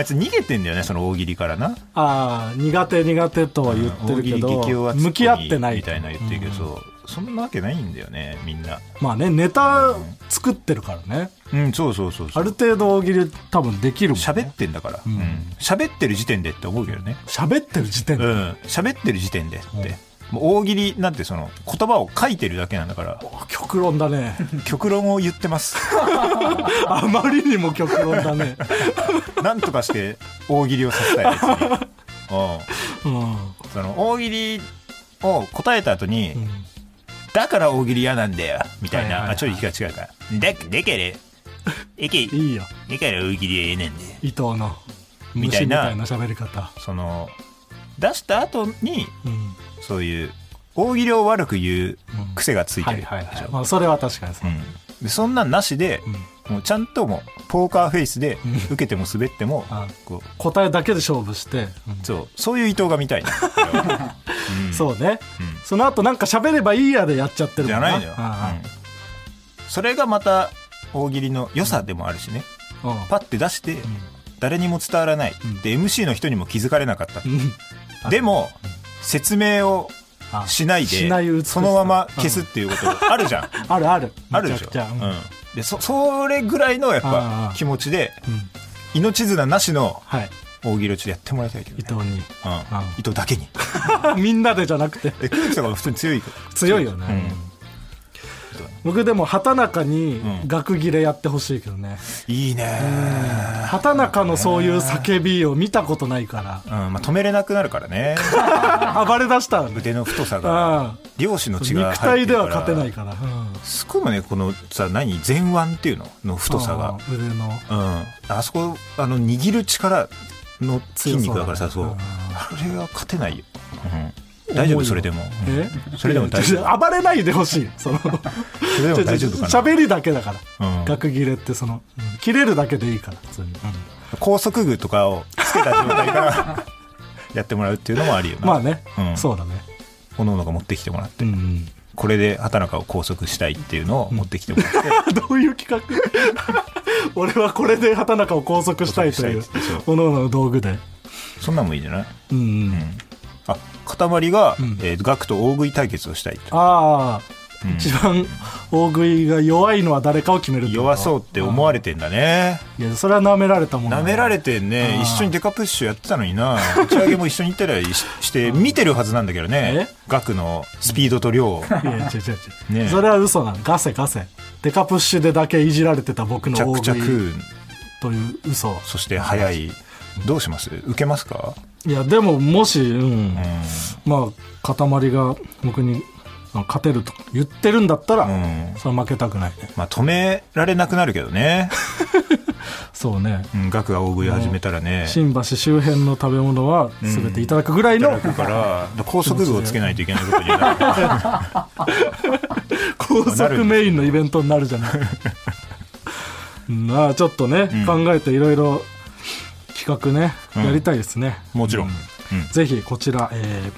[SPEAKER 3] いつ逃げてんだよねその大喜利からな
[SPEAKER 4] ああ苦手苦手とは言って
[SPEAKER 3] 大喜
[SPEAKER 4] るけ
[SPEAKER 3] 利
[SPEAKER 4] ど、
[SPEAKER 3] 激弱ツッコミ
[SPEAKER 4] 向き合ってない
[SPEAKER 3] みたいな言ってるけど、そんなわけないんだよねみんな
[SPEAKER 4] まあねネタ作ってるからね
[SPEAKER 3] うんそうそうそうそ
[SPEAKER 4] あ
[SPEAKER 3] う
[SPEAKER 4] る程度大喜利多分できるもん、ね、
[SPEAKER 3] 喋ってんだからうん喋、ってる時点でって思うけどね
[SPEAKER 4] 喋ってる時点で
[SPEAKER 3] うん喋ってる時点でって、もう大喜利なんてその言葉を書いてるだけなんだから
[SPEAKER 4] 極論だね
[SPEAKER 3] 極論を言ってます
[SPEAKER 4] あまりにも極論 だね、
[SPEAKER 3] なんとかして大喜利をさせたいですね、う
[SPEAKER 4] うん
[SPEAKER 3] ん、その大喜利を答えた後に、
[SPEAKER 4] ん
[SPEAKER 3] だから大喜利嫌なんだよみたいな、
[SPEAKER 4] はいはいはい
[SPEAKER 3] あちょっと息が違うからだだからえけ
[SPEAKER 4] いいよ
[SPEAKER 3] だから大喜利は嫌なんだよ
[SPEAKER 4] 伊藤の
[SPEAKER 3] みたいな
[SPEAKER 4] 虫みたいな喋り方、
[SPEAKER 3] その出した後に
[SPEAKER 4] うん
[SPEAKER 3] そういう大喜利を悪く言う癖がついて
[SPEAKER 4] は
[SPEAKER 3] る
[SPEAKER 4] い
[SPEAKER 3] でしょ、
[SPEAKER 4] はいはい、まあ、それは確かにそう、
[SPEAKER 3] うんでそんなんなしで、もうちゃんともうポーカーフェイスで受けても滑っても、
[SPEAKER 4] あ
[SPEAKER 3] こ
[SPEAKER 4] 答えだけで勝負して、
[SPEAKER 3] うそうそういう伊藤が見たいな うん
[SPEAKER 4] そうね、
[SPEAKER 3] うん
[SPEAKER 4] その後なんか喋ればいいやでやっちゃってる
[SPEAKER 3] じ
[SPEAKER 4] も
[SPEAKER 3] ゃ
[SPEAKER 4] んな
[SPEAKER 3] ないのよ、うんそれがまた大喜利の良さでもあるしね、
[SPEAKER 4] うんうん
[SPEAKER 3] パッて出して誰にも伝わらない、で MC の人にも気づかれなかった、
[SPEAKER 4] うん
[SPEAKER 3] でも説明を
[SPEAKER 4] あ
[SPEAKER 3] しない
[SPEAKER 4] し
[SPEAKER 3] で
[SPEAKER 4] ない美しさ
[SPEAKER 3] そのまま消すっていうことあるじ ゃん、
[SPEAKER 4] あるある
[SPEAKER 3] あるでしょ
[SPEAKER 4] めちゃくちゃ、うん
[SPEAKER 3] うんでそそれぐらいのやっぱ
[SPEAKER 4] あー
[SPEAKER 3] 気持ちで
[SPEAKER 4] うん
[SPEAKER 3] 命綱なしの
[SPEAKER 4] はい
[SPEAKER 3] 大喜利をちょっとやってもらいたいけど、ね
[SPEAKER 4] 伊藤に
[SPEAKER 3] うん
[SPEAKER 4] ん
[SPEAKER 3] 伊藤だけに
[SPEAKER 4] みんなでじゃなくて
[SPEAKER 3] え空気とかも普通に強い
[SPEAKER 4] 強いよね、僕でも畑中に
[SPEAKER 3] うん
[SPEAKER 4] 学切れやってほしいけどね、
[SPEAKER 3] いいね
[SPEAKER 4] 畑中のそういう叫びを見たことないから
[SPEAKER 3] うん、まあ、止めれなくなるから ね
[SPEAKER 4] 暴れ出したらね
[SPEAKER 3] 腕の太さが
[SPEAKER 4] あ
[SPEAKER 3] 漁師の
[SPEAKER 4] あ
[SPEAKER 3] 血が
[SPEAKER 4] 肉
[SPEAKER 3] 入って
[SPEAKER 4] 体
[SPEAKER 3] る
[SPEAKER 4] で
[SPEAKER 3] から
[SPEAKER 4] は勝てないから、うん
[SPEAKER 3] すごいもんねこのさ何前腕っていうのの太さが
[SPEAKER 4] うん腕の
[SPEAKER 3] うんあそこあの握る力の筋肉だからさそう
[SPEAKER 4] 強そうだね
[SPEAKER 3] あれが勝てないよ、うん大丈夫それでも、うん
[SPEAKER 4] え
[SPEAKER 3] それでも大丈夫
[SPEAKER 4] いや暴れないでほしいその
[SPEAKER 3] それでも大丈夫かな
[SPEAKER 4] 喋りだけだから、
[SPEAKER 3] うん
[SPEAKER 4] 学切れってその、うん切れるだけでいいから普通に、
[SPEAKER 3] 高速具とかをつけた状態から やってもらうっていうのもありよな
[SPEAKER 4] まあね、
[SPEAKER 3] うん
[SPEAKER 4] そうだね
[SPEAKER 3] 炎が持ってきてもらって、
[SPEAKER 4] うん
[SPEAKER 3] これで畑中を拘束したいっていうのを持ってきてもらって、
[SPEAKER 4] どういう企画 俺はこれで畑中を拘束したいという
[SPEAKER 3] 拘束したいって
[SPEAKER 4] おのおのの道具で
[SPEAKER 3] そんなんもいいんじゃない
[SPEAKER 4] うんうん、
[SPEAKER 3] あ塊が、
[SPEAKER 4] ん
[SPEAKER 3] えーガクと大食い対決をしたいと
[SPEAKER 4] ああ、
[SPEAKER 3] うん
[SPEAKER 4] 一番大食いが弱いのは誰かを決めるってこと
[SPEAKER 3] 弱そうって思われてんだね
[SPEAKER 4] いやそれは舐められたもん
[SPEAKER 3] 舐めら
[SPEAKER 4] れ
[SPEAKER 3] れてんね
[SPEAKER 4] あー
[SPEAKER 3] 一緒にデカプッシュやってたのにな打ち上げも一緒に行った りしして見てるはずなんだけどね
[SPEAKER 4] え
[SPEAKER 3] ガクのスピードと量を
[SPEAKER 4] いや違う違う違う、
[SPEAKER 3] ねえ
[SPEAKER 4] それは嘘なのガセガセデカプッシュでだけいじられてた僕の大
[SPEAKER 3] 着
[SPEAKER 4] 食い
[SPEAKER 3] 々
[SPEAKER 4] という嘘を
[SPEAKER 3] そして速いどうします受けますか、
[SPEAKER 4] いやでももし、うん
[SPEAKER 3] うん
[SPEAKER 4] まあ塊が僕にあの勝てると言ってるんだったら、
[SPEAKER 3] うん
[SPEAKER 4] それは負けたくないね
[SPEAKER 3] まあ、止められなくなるけど ね、
[SPEAKER 4] そうね
[SPEAKER 3] うん、ガクが大食い始めたらね
[SPEAKER 4] 新橋周辺の食べ物は全ていただくぐらいの、
[SPEAKER 3] だから高速具をつけないといけないことになる
[SPEAKER 4] 高速メインのイベントになるじゃ ないうんまあちょっとね、
[SPEAKER 3] うん
[SPEAKER 4] 考えていろいろ企画ね、
[SPEAKER 3] うん
[SPEAKER 4] やりたいですね
[SPEAKER 3] もちろん、
[SPEAKER 4] う
[SPEAKER 3] うん
[SPEAKER 4] ぜひこちら、えー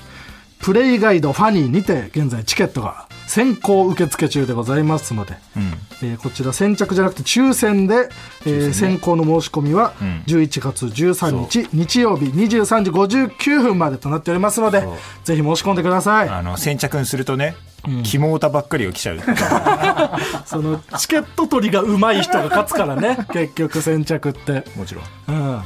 [SPEAKER 4] プレイガイドファニーにて現在チケットが先行受付中でございますので、
[SPEAKER 3] うん
[SPEAKER 4] えーこちら先着じゃなくて抽選で、えー先行の申し込みは
[SPEAKER 3] ん
[SPEAKER 4] 11月13日、日曜日23時59分までとなっておりますので
[SPEAKER 3] そう
[SPEAKER 4] ぜひ申し込んでください
[SPEAKER 3] あの先着にするとね、肝オタばっかりが来ちゃう
[SPEAKER 4] そのチケット取りが上手い人が勝つから ね結局先着って
[SPEAKER 3] もちろん
[SPEAKER 4] うん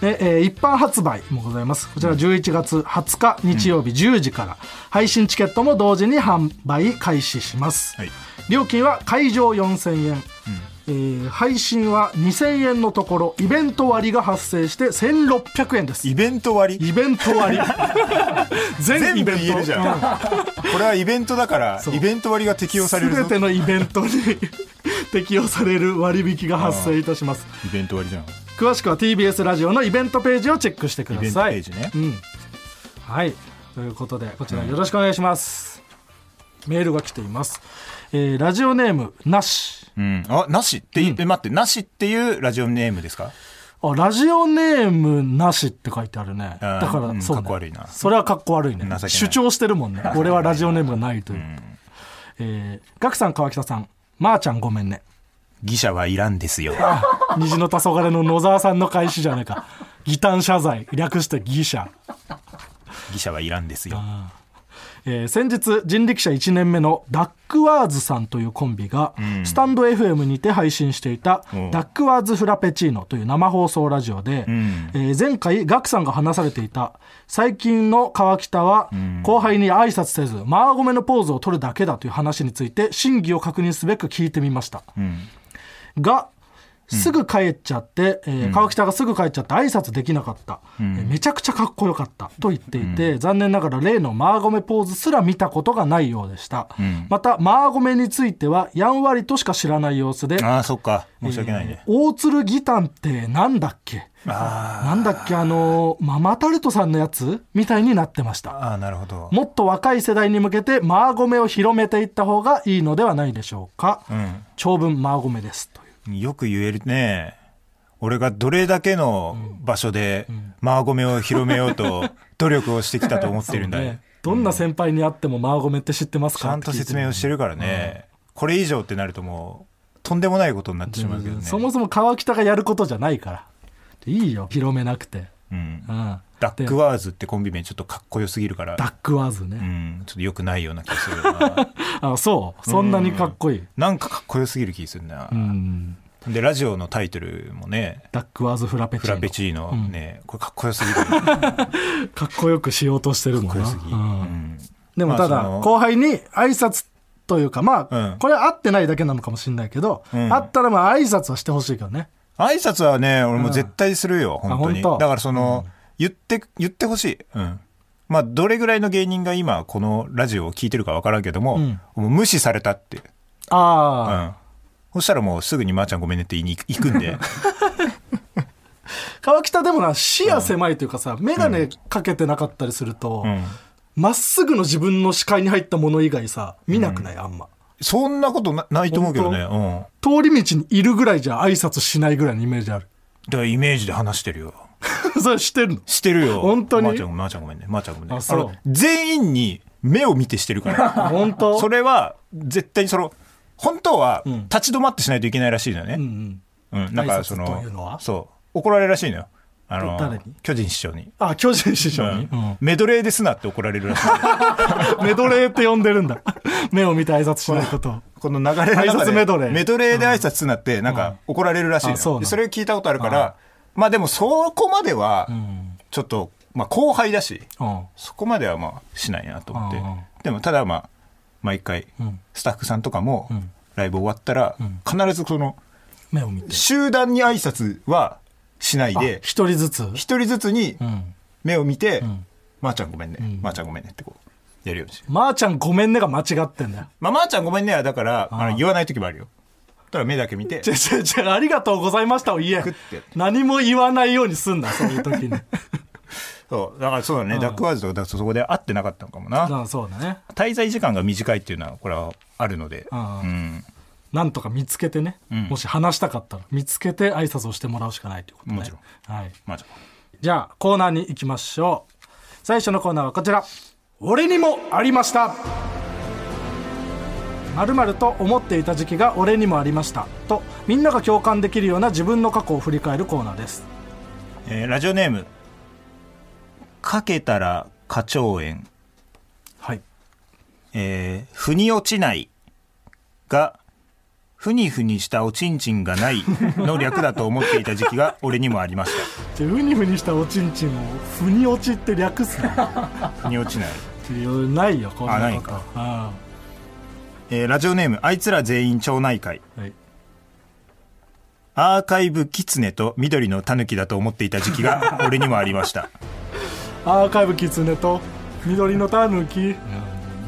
[SPEAKER 4] でえー一般発売もございますこちら11月20日日曜日10時から、配信チケットも同時に販売開始します、
[SPEAKER 3] はい
[SPEAKER 4] 料金は会場4000円、えー配信は2000円のところイベント割が発生して1600円です
[SPEAKER 3] イベント割り
[SPEAKER 4] イベント割全イ
[SPEAKER 3] 全部
[SPEAKER 4] ベント
[SPEAKER 3] 言えるじゃんこれはイベントだから
[SPEAKER 4] そう
[SPEAKER 3] イベント割りが適用されるぞ
[SPEAKER 4] 全てのイベントに 適用される割引が発生いたします
[SPEAKER 3] イベント割りじゃん
[SPEAKER 4] 詳しくは TBS ラジオのイベントページをチェックしてく
[SPEAKER 3] イ
[SPEAKER 4] だ
[SPEAKER 3] ベントペ
[SPEAKER 4] さい
[SPEAKER 3] ージね
[SPEAKER 4] うんはいということでこちらよろしくお願いします、メールが来ています、えーラジオネームなし
[SPEAKER 3] うんあなしって言って待ってなしっていうラジオネームですか
[SPEAKER 4] あラジオネームなしって書いてあるね
[SPEAKER 3] あー
[SPEAKER 4] だか
[SPEAKER 3] うん
[SPEAKER 4] らそう、ね
[SPEAKER 3] かっこ悪いな
[SPEAKER 4] それはかっこ悪いね
[SPEAKER 3] 情けない
[SPEAKER 4] 主張してるもん ね俺はラジオネームがないという、えーガクさん川北さんまー、ちゃんごめん ね
[SPEAKER 3] 記者はいらんですよ
[SPEAKER 4] 虹の黄昏の野沢さんの返しじゃねえか。擬態謝罪、略してギシャ。
[SPEAKER 3] 記者はいらんですよ
[SPEAKER 4] えー先日人力車1年目のダックワーズさんというコンビが、スタンド FM にて配信していた
[SPEAKER 3] うん
[SPEAKER 4] ダックワーズフラペチーノという生放送ラジオで、
[SPEAKER 3] ん
[SPEAKER 4] えー前回ガクさんが話されていた最近の川北は後輩に挨拶せずマーゴメのポーズを取るだけだという話について真偽を確認すべく聞いてみました。がすぐ帰っちゃって、えー川北がすぐ帰っちゃって挨拶できなかった、えーめちゃくちゃかっこよかったと言っていて、残念ながら例のマーゴメポーズすら見たことがないようでした、またマーゴメについてはやんわりとしか知らない様子で
[SPEAKER 3] ああ、そっか。申し訳ないね。
[SPEAKER 4] 大鶴ギタンってなんだっけ
[SPEAKER 3] あ
[SPEAKER 4] なんだっけあのーママタルトさんのやつみたいになってました
[SPEAKER 3] あ、ああ、なるほど。
[SPEAKER 4] もっと若い世代に向けてマーゴメを広めていった方がいいのではないでしょうか、
[SPEAKER 3] ん
[SPEAKER 4] 長文マーゴメですという
[SPEAKER 3] よく言えるね。俺がどれだけの場所で、マーゴメを広めよう と努力をしてきたと思ってるんだ
[SPEAKER 4] ね
[SPEAKER 3] ね。
[SPEAKER 4] どんな先輩に会ってもマーゴメって知ってますか
[SPEAKER 3] ちゃんと説明をしてるからね。これ以上ってなるともう、とんでもないことになってしまうけどね。
[SPEAKER 4] そもそも川北がやることじゃないからいいよ広めなくて、
[SPEAKER 3] うん
[SPEAKER 4] う。ん、
[SPEAKER 3] ダック
[SPEAKER 4] で
[SPEAKER 3] ワーズってコンビ名ちょっとかっこよすぎるから
[SPEAKER 4] ダ。ックワーズ
[SPEAKER 3] う
[SPEAKER 4] ね、
[SPEAKER 3] ん。ちょっと良くないような気がするよな。
[SPEAKER 4] あそうそんなにかっこいい、
[SPEAKER 3] なんかかっこよすぎる気がするな
[SPEAKER 4] う。ん、
[SPEAKER 3] で、ラジオのタイトルもね、
[SPEAKER 4] ダックワーズフラペチ
[SPEAKER 3] フ
[SPEAKER 4] ー
[SPEAKER 3] ラ
[SPEAKER 4] ノ
[SPEAKER 3] ペチーノね、これかっこよすぎる。か
[SPEAKER 4] かっこよくしようとしてるも
[SPEAKER 3] っこ
[SPEAKER 4] ん
[SPEAKER 3] よ
[SPEAKER 4] な、
[SPEAKER 3] すぎ。う
[SPEAKER 4] うん
[SPEAKER 3] ん
[SPEAKER 4] でもただ、
[SPEAKER 3] まあその
[SPEAKER 4] 後輩に挨拶というかまあ、
[SPEAKER 3] うん
[SPEAKER 4] これは合ってないだけなのかもしれないけど、
[SPEAKER 3] ん
[SPEAKER 4] あったらまあ挨拶はしてほしいけどね
[SPEAKER 3] 挨拶はね、俺も絶対するよ、本
[SPEAKER 4] ん
[SPEAKER 3] 当
[SPEAKER 4] あ
[SPEAKER 3] に。
[SPEAKER 4] 本当
[SPEAKER 3] だからその、言って、言ってほしい。うん。まあ、どれぐらいの芸人が今、このラジオを聞いてるかわからんけども、
[SPEAKER 4] ん
[SPEAKER 3] もう無視されたって。う
[SPEAKER 4] ああ、
[SPEAKER 3] ん。そしたらもうすぐにまーちゃんごめんねって言いに行くん で。
[SPEAKER 4] 川北でもな視野狭いというかさ、眼鏡かけてなかったりすると、
[SPEAKER 3] うん。
[SPEAKER 4] まっすぐの自分の視界に入ったもの以外さ見なくない、あんま
[SPEAKER 3] そんなことなないと思うけどね。うん。
[SPEAKER 4] 通り道にいるぐらいじゃ挨拶しないぐらいのイメー ジある
[SPEAKER 3] だからイメージで話してるよ。
[SPEAKER 4] それしてるの
[SPEAKER 3] してるよ。
[SPEAKER 4] 本当に
[SPEAKER 3] まーちゃん、まーちゃんごめんね。まーちゃんごめんね。
[SPEAKER 4] あそう
[SPEAKER 3] の全員に目を見てしてるから。
[SPEAKER 4] 本当
[SPEAKER 3] それは、絶対にその、本当は
[SPEAKER 4] ん
[SPEAKER 3] 立ち止まってしないといけないらしいのよね。
[SPEAKER 4] うんうん
[SPEAKER 3] うん、なんかそ
[SPEAKER 4] 挨拶
[SPEAKER 3] の
[SPEAKER 4] というのは
[SPEAKER 3] そう怒られるらしいのよあの
[SPEAKER 4] 誰に
[SPEAKER 3] 巨人師匠に、
[SPEAKER 4] あ巨人師匠に、
[SPEAKER 3] うんメドレーですなって怒られるらしい
[SPEAKER 4] メドレーって呼んでるんだ目を見て挨拶しないことを
[SPEAKER 3] この流れの中
[SPEAKER 4] 挨拶
[SPEAKER 3] で
[SPEAKER 4] メドレー
[SPEAKER 3] メドレーで挨拶すなってなんか怒られるらしいの
[SPEAKER 4] あそ
[SPEAKER 3] よ
[SPEAKER 4] うなの
[SPEAKER 3] でそれを聞いたことあるからまあでもそこまではちょっと、まあ、後輩だし
[SPEAKER 4] うん
[SPEAKER 3] そこまではまあしないなと思って、
[SPEAKER 4] うんうん
[SPEAKER 3] でもただまあ毎回
[SPEAKER 4] ん
[SPEAKER 3] スタッフさんとかも
[SPEAKER 4] ん
[SPEAKER 3] ライブ終わったら必ずこの
[SPEAKER 4] 目を見て
[SPEAKER 3] 集団に挨拶はしない
[SPEAKER 4] あ
[SPEAKER 3] で
[SPEAKER 4] 一人ずつ、
[SPEAKER 3] 一人ずつに
[SPEAKER 4] うん、
[SPEAKER 3] 目を見て、まー、ちゃんごめんね、まー、ちゃんごめんねってこう、やるようにして。る
[SPEAKER 4] まー、ちゃんごめんねが間違ってんだよ
[SPEAKER 3] まあ、まー、ちゃんごめんねは、だから、あの言わない時もあるよ。だから目だけ見て
[SPEAKER 4] ち、ょちょちょありがとうございましたを言え
[SPEAKER 3] 食って
[SPEAKER 4] 何も言わないようにすんなそういう時に
[SPEAKER 3] そう、だからそうだね、ダックワーズとかだとそこで会ってなかったのかもな。
[SPEAKER 4] うんそうだね
[SPEAKER 3] 滞在時間が短いっていうのは、これはあるので、
[SPEAKER 4] う
[SPEAKER 3] うんん。
[SPEAKER 4] なんとか見つけてね、
[SPEAKER 3] ん
[SPEAKER 4] もし話したかったら見つけて挨拶をしてもらうしかないということね
[SPEAKER 3] もちろん
[SPEAKER 4] はい、
[SPEAKER 3] まー、ちゃん。
[SPEAKER 4] じゃあコーナーに行きましょう最初のコーナーはこちら俺にもありましたまると思っていた時期が俺にもありましたとみんなが共感できるような自分の過去を振り返るコーナーです
[SPEAKER 3] えーラジオネーム、かけたら花鳥園、
[SPEAKER 4] はい
[SPEAKER 3] えー、腑に落ちないが、ふにふにしたおちんちんがないの略だと思っていた時期が俺にもありました。
[SPEAKER 4] じゃあウニフニしたおちんちんをふに落ちって略すな
[SPEAKER 3] 腑に落ちない。
[SPEAKER 4] ないよこん
[SPEAKER 3] あ
[SPEAKER 4] な
[SPEAKER 3] ない
[SPEAKER 4] こと
[SPEAKER 3] か
[SPEAKER 4] あ
[SPEAKER 3] えーラジオネーム、あいつら全員町内会。
[SPEAKER 4] あはい
[SPEAKER 3] アーカイブキツネと緑のタヌキだと思っていた時期が俺にもありました。
[SPEAKER 4] アーカイブキツネと緑のタヌキ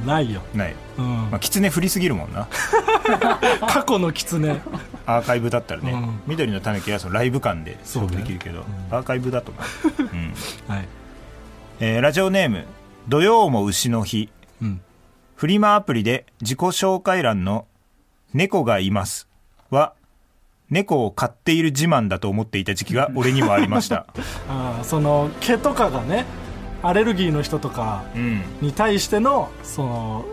[SPEAKER 4] ないよ、
[SPEAKER 3] ない。
[SPEAKER 4] う ん
[SPEAKER 3] まあ、キツネ振りすぎるもんな。
[SPEAKER 4] 過去のキツネ
[SPEAKER 3] アーカイブだったらね、
[SPEAKER 4] うん
[SPEAKER 3] 緑のタヌキはそのライブ感で勝負
[SPEAKER 4] そう
[SPEAKER 3] で
[SPEAKER 4] ね
[SPEAKER 3] きるけど、アーカイブだとな。うん
[SPEAKER 4] はい、
[SPEAKER 3] えーラジオネーム、土曜も牛の日。
[SPEAKER 4] うん、
[SPEAKER 3] フリマアプリで自己紹介欄の猫がいますは、猫を飼っている自慢だと思っていた時期 が俺にもありました。
[SPEAKER 4] あーその毛とかがねアレルギーの人とか
[SPEAKER 3] うん。
[SPEAKER 4] に対してのその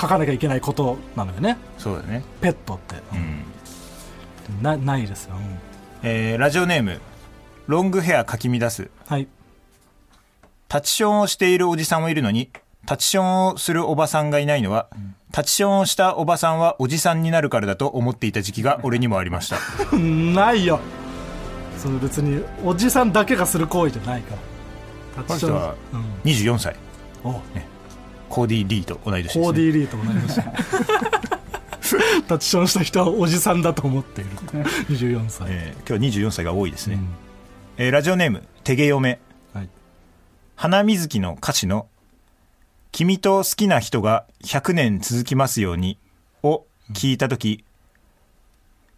[SPEAKER 4] 書かなきゃいけないことなのよね
[SPEAKER 3] そうだね。
[SPEAKER 4] ペットって
[SPEAKER 3] うん。
[SPEAKER 4] なないですよ、うん
[SPEAKER 3] えーラジオネーム、ロングヘアかき乱す。
[SPEAKER 4] はい
[SPEAKER 3] タチションをしているおじさんもいるのに、立ちションをするおばさんがいないのは、立ちションをしたおばさんはおじさんになるからだと思っていた時期が俺にもありました
[SPEAKER 4] ないよその別におじさんだけがする行為じゃないから
[SPEAKER 3] この人は
[SPEAKER 4] うん
[SPEAKER 3] 24歳
[SPEAKER 4] お
[SPEAKER 3] コーディー・リーと同い年です、ね、
[SPEAKER 4] コーディー・リーと同じ年タッチションした人はおじさんだと思っている24歳、
[SPEAKER 3] えー今日は24歳が多いですね、
[SPEAKER 4] うん
[SPEAKER 3] えーラジオネーム「手毛嫁」
[SPEAKER 4] はい
[SPEAKER 3] 花水木の歌詞の「君と好きな人が100年続きますように」を聞いた時、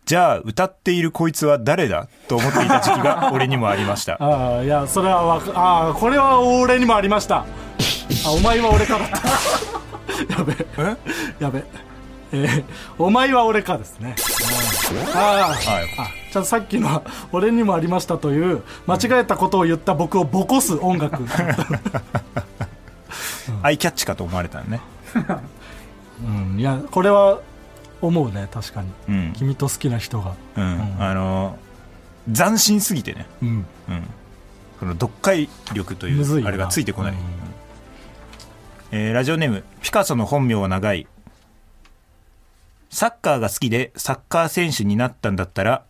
[SPEAKER 3] じゃあ歌っているこいつは誰だと思っていた時期が俺にもありました
[SPEAKER 4] ああいやそれはわかああこれは俺にもありましたあお前は俺かだったやべ
[SPEAKER 3] え
[SPEAKER 4] やべえーお前は俺かですねああ
[SPEAKER 3] はい
[SPEAKER 4] あじゃあさっきのは俺にもありましたという間違えたことを言った僕をボコす音楽
[SPEAKER 3] アイキャッチかと思われたのね、
[SPEAKER 4] うんいやこれは思うね確かに
[SPEAKER 3] うん
[SPEAKER 4] 君と好きな人が
[SPEAKER 3] うんあのー斬新すぎてね、
[SPEAKER 4] うん
[SPEAKER 3] うん、この読解力とい
[SPEAKER 4] むずいうな
[SPEAKER 3] あれがついてこない、
[SPEAKER 4] うん
[SPEAKER 3] えーラジオネームピカソの本名は長いサッカーが好きでサッカー選手になったんだったら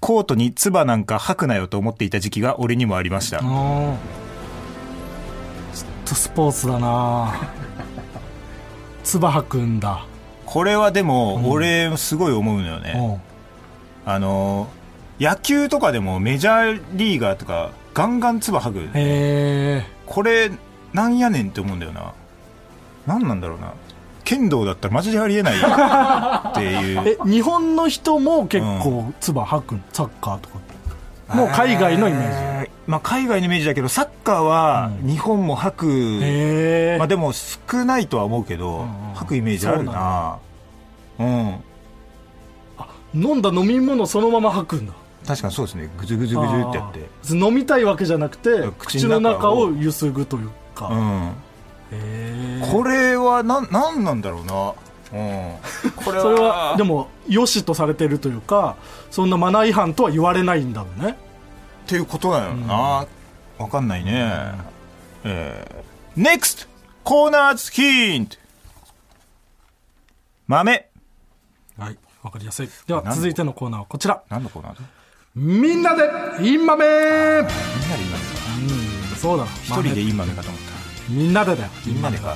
[SPEAKER 3] コートに唾なんか吐くなよと思っていた時期が俺にもありました、
[SPEAKER 4] あーちょっとスポーツだな つば吐くんだ
[SPEAKER 3] これはでも俺すごい思うのよね、
[SPEAKER 4] おう
[SPEAKER 3] あのー野球とかでもメジャーリーガーとかガンガン唾吐く
[SPEAKER 4] へえ
[SPEAKER 3] これなんやねんって思うんだよな何なんだろうな剣道だったらマジでありえないっていう
[SPEAKER 4] え日本の人も結構つば吐くんサッカーとかってもう海外のイメージ
[SPEAKER 3] えーまあ、海外のイメージだけどサッカーは日本も吐く、
[SPEAKER 4] へえ
[SPEAKER 3] まあ、でも少ないとは思うけど、
[SPEAKER 4] んうん
[SPEAKER 3] 吐くイメージあるなうん
[SPEAKER 4] 飲んだ飲み物そのまま吐くんだ
[SPEAKER 3] 確かにそうですねぐずぐずぐずってやって
[SPEAKER 4] あー別に飲みたいわけじゃなくて口
[SPEAKER 3] 口
[SPEAKER 4] の
[SPEAKER 3] の
[SPEAKER 4] 中
[SPEAKER 3] 中
[SPEAKER 4] を
[SPEAKER 3] を
[SPEAKER 4] ゆすぐというか、
[SPEAKER 3] うん
[SPEAKER 4] へー
[SPEAKER 3] これはなんなんなんだろうなうんこれは
[SPEAKER 4] それ はでもよしとされてるというかそんなマナー違反とは言われないんだろうね
[SPEAKER 3] っていうことなのな、わかんないね、えー、NEXT コーナーズヒント豆
[SPEAKER 4] はいわかりやすいでは続いてのコーナーはこちら
[SPEAKER 3] 何のコーナーだ
[SPEAKER 4] みんなでインマメうん
[SPEAKER 3] みんなで今ね
[SPEAKER 4] そうだ
[SPEAKER 3] 一人でいい豆かと思っ
[SPEAKER 4] みんなでだよ
[SPEAKER 3] たみんなでか
[SPEAKER 4] う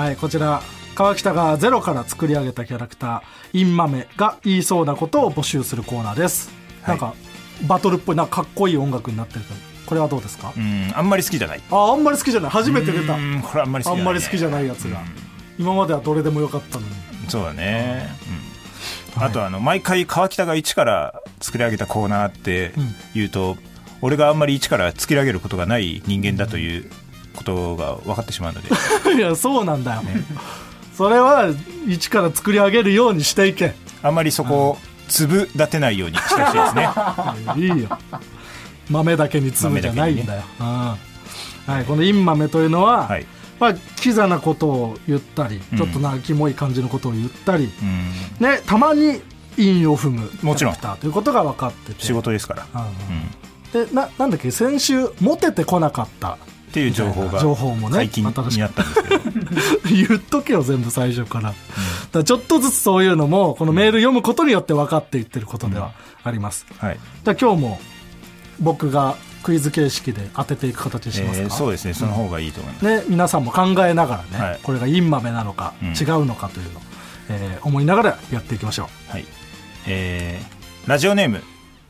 [SPEAKER 4] んはいこちら川北がゼロから作り上げたキャラクターインマメが言いそうなことを募集するコーナーです、
[SPEAKER 3] はい
[SPEAKER 4] なんかバトルっぽいなんかかっこいい音楽になってるけどこれはどうですか、
[SPEAKER 3] うんあんまり好きじゃない
[SPEAKER 4] ああんまり好きじゃない初めて出た、
[SPEAKER 3] うんこれあんまり好
[SPEAKER 4] あ
[SPEAKER 3] きじゃない、
[SPEAKER 4] んまり好きじゃないやつが、今まではどれでもよかったのに
[SPEAKER 3] そうだね、うん、あとあの毎回川北が一から作り上げたコーナーって言うと、俺があんまり一から作り上げることがない人間だということが分かってしまうので
[SPEAKER 4] いやそうなんだよ、それは一から作り上げるようにしていけ
[SPEAKER 3] あんまりそこを粒立てないようにしてほしい ですね
[SPEAKER 4] いいよ豆だけに粒じゃないんだよ、うんはい、この「イン豆」というのは、
[SPEAKER 3] はい
[SPEAKER 4] まあ、キザなことを言ったり、
[SPEAKER 3] うん
[SPEAKER 4] ちょっとなキモい感じのことを言ったり、
[SPEAKER 3] うん
[SPEAKER 4] ね、たまに韻を踏む
[SPEAKER 3] もちろん
[SPEAKER 4] キャラクターということが分かってて
[SPEAKER 3] 仕事ですから、
[SPEAKER 4] う
[SPEAKER 3] う
[SPEAKER 4] ん
[SPEAKER 3] ん、っ
[SPEAKER 4] でななんだっけ先週モテてこなかった
[SPEAKER 3] ていう情報が
[SPEAKER 4] 情報もね
[SPEAKER 3] 解禁にな
[SPEAKER 4] 新しく
[SPEAKER 3] ったんです けど、
[SPEAKER 4] 言っとけよ全部最初から,、だからちょっとずつそういうのもこのメール読むことによって分かっていってることではあります、
[SPEAKER 3] はい
[SPEAKER 4] じゃあ今日も僕がクイズ形式で当てていく形にします
[SPEAKER 3] え
[SPEAKER 4] か、
[SPEAKER 3] ーそうですねその方がいいと思います、
[SPEAKER 4] で皆さんも考えながらね、
[SPEAKER 3] はい
[SPEAKER 4] これがインマメなのか、
[SPEAKER 3] うん
[SPEAKER 4] 違うのかというのを、えー思いながらやっていきましょ
[SPEAKER 3] はいえーラジオネーム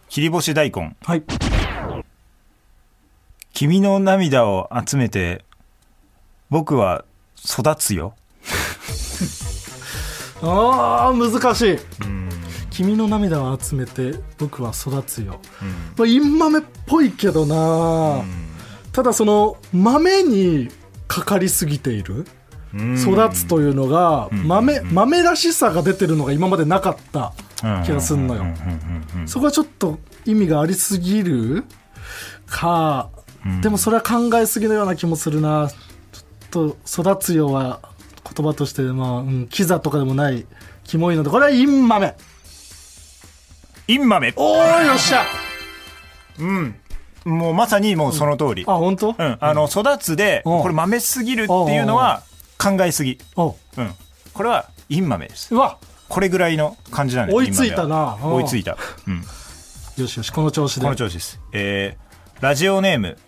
[SPEAKER 3] 切り干し大根
[SPEAKER 4] うはい
[SPEAKER 3] 君の涙を集めて僕は育つよ
[SPEAKER 4] あー難しい君の涙を集めて僕は育つよ、まあ、インマメっぽいけどな、ただその豆にかかりすぎている育つというのが豆,、豆らしさが出てるのが今までなかった気がすんのよ、そこはちょっと意味がありすぎるか、でもそれは考えすぎのような気もするなちょっと育つようは言葉として、まあうん、キザとかでもないキモいのでこれはインマメ
[SPEAKER 3] インマメ
[SPEAKER 4] おーよっしゃ
[SPEAKER 3] うんもうまさにもうその通り。
[SPEAKER 4] あ本当、
[SPEAKER 3] うん、あの、育つで、
[SPEAKER 4] うん
[SPEAKER 3] これ豆すぎるっていうのは考えすぎ。
[SPEAKER 4] お
[SPEAKER 3] うん。これは、イン豆です。
[SPEAKER 4] うわ
[SPEAKER 3] これぐらいの感じなんです
[SPEAKER 4] 追いついたな
[SPEAKER 3] イン豆は追いついた。うん。
[SPEAKER 4] よしよしこの調子で
[SPEAKER 3] この調子です。えー、ラジオネーム、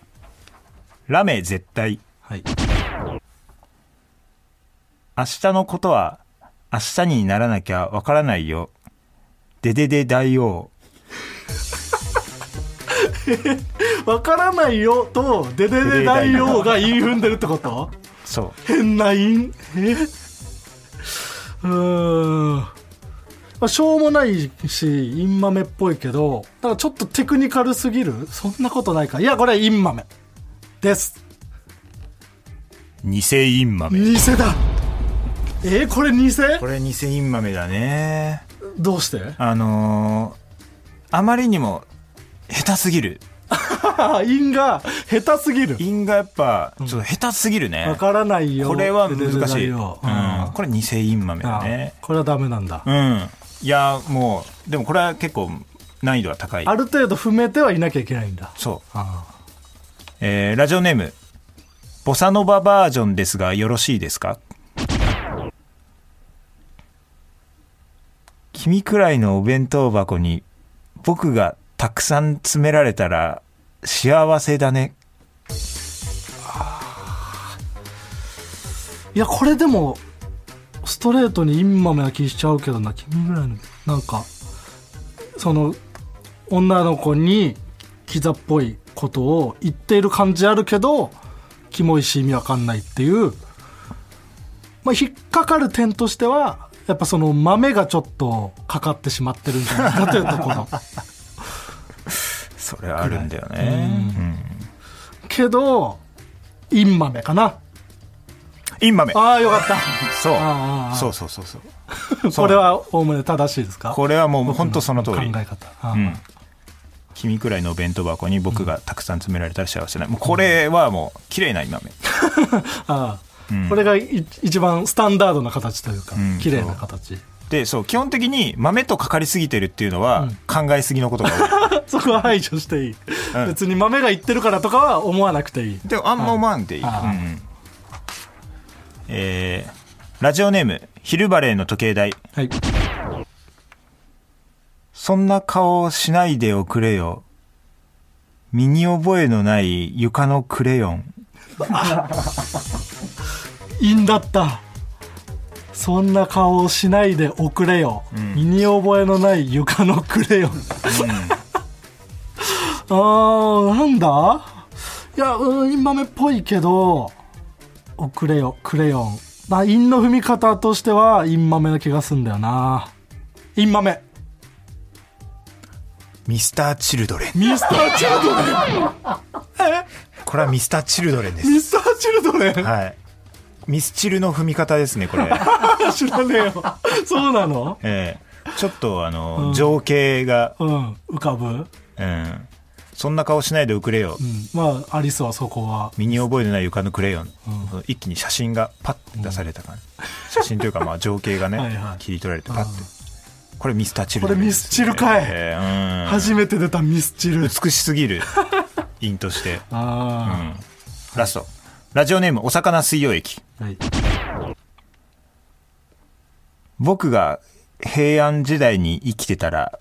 [SPEAKER 3] ラメ絶対。
[SPEAKER 4] はい、
[SPEAKER 3] 明日のことは明日にならなきゃわからないよ。デデデ大王。
[SPEAKER 4] わからないよとデデデ大王が韻踏んでるってこと
[SPEAKER 3] そ
[SPEAKER 4] 変な韻えうーん、まあ、しょうもないし韻豆っぽいけどだからちょっとテクニカルすぎるそんなことないかいやこれは韻豆です
[SPEAKER 3] う。偽イン豆。
[SPEAKER 4] 偽だえー、これ偽
[SPEAKER 3] これ偽イン豆だね。
[SPEAKER 4] どうして
[SPEAKER 3] あのー、あまりにも下手すぎる。
[SPEAKER 4] あ韻が下手すぎる
[SPEAKER 3] インがやっぱ、ちょっと下手すぎるね。
[SPEAKER 4] わからないよ
[SPEAKER 3] これは
[SPEAKER 4] デデデ
[SPEAKER 3] 難しい。
[SPEAKER 4] 大
[SPEAKER 3] う
[SPEAKER 4] 王
[SPEAKER 3] ん。これ偽イン豆だね
[SPEAKER 4] あ。これはダメなんだ、
[SPEAKER 3] うん。いや、もう、でもこれは結構難易度は高い
[SPEAKER 4] あ。る程度踏めてはいなきゃいけないんだ
[SPEAKER 3] そう。
[SPEAKER 4] あ
[SPEAKER 3] えーラジオネーム、ボサノババージョンですがよろしいですか君くらいのお弁当箱に僕がたくさん詰められたら幸せだね。
[SPEAKER 4] ーいやこれでもストレートにインマメな気しちゃうけどな君ぐらいのなんかその女の子にキザっぽいことを言っている感じあるけどキモいし意味わかんないっていう、まあ、引っかかる点としてはやっぱその豆がちょっとかかってしまってるんじゃないかというとこ ろ
[SPEAKER 3] それはあるんだよね。
[SPEAKER 4] けどインマメかな
[SPEAKER 3] イン豆。
[SPEAKER 4] ああよかった
[SPEAKER 3] そう
[SPEAKER 4] ああ。
[SPEAKER 3] そうそうそうそう。そう
[SPEAKER 4] これはおおむね正しいですか
[SPEAKER 3] これはもう本当その通
[SPEAKER 4] 考え
[SPEAKER 3] り。
[SPEAKER 4] 方、あ
[SPEAKER 3] うん。君くらいのお弁当箱に僕がたくさん詰められたら幸せだね。もうこれはもう綺麗なイン豆。
[SPEAKER 4] あこれがい一番スタンダードな形というか、
[SPEAKER 3] ん
[SPEAKER 4] 綺麗な形
[SPEAKER 3] でそう基本的に豆とかかりすぎてるっていうのは考えすぎのことが多い、
[SPEAKER 4] そこは排除していい、
[SPEAKER 3] うん
[SPEAKER 4] 別に豆が言ってるからとかは思わなくてい い
[SPEAKER 3] でもあんま思わんでいい、
[SPEAKER 4] あ
[SPEAKER 3] うん
[SPEAKER 4] あ
[SPEAKER 3] うんえーラジオネーム昼バレーの時計台
[SPEAKER 4] はい
[SPEAKER 3] そんな顔しないでおくれよ身に覚えのない床のクレヨン
[SPEAKER 4] 陰だったそんな顔をしないでおくれよ、身に覚えのない床のクレヨン、 あーなんだいやうんインマメっぽいけどおくれよクレヨンまあ陰の踏み方としてはインマメな気がすんだよなインマメ
[SPEAKER 3] ミスター・チルドレン
[SPEAKER 4] ミスター・チルドレ
[SPEAKER 3] これはミスター・チルドレンで
[SPEAKER 4] ン
[SPEAKER 3] す
[SPEAKER 4] ミスター・チルドレン
[SPEAKER 3] はいミスチルの踏み方ですねこれ、
[SPEAKER 4] 知らねえよそうなの
[SPEAKER 3] えーちょっとあの、情景が、
[SPEAKER 4] うん浮かぶ、うん、
[SPEAKER 3] うん、そんな顔しないでおくれよ、
[SPEAKER 4] まあアリスはそこは
[SPEAKER 3] 身に覚えのない床のクレヨン、一気に写真がパッて出された感じ、写真というか まあ情景がね
[SPEAKER 4] はいはい
[SPEAKER 3] 切り取られてパッて、これミスターチル
[SPEAKER 4] これミスチルかい
[SPEAKER 3] えーうん
[SPEAKER 4] 初めて出たミスチル。
[SPEAKER 3] 美しすぎる印として、う
[SPEAKER 4] あ
[SPEAKER 3] んラストラジオネームお魚水溶液
[SPEAKER 4] あ、はい。
[SPEAKER 3] 僕が平安時代に生きてたら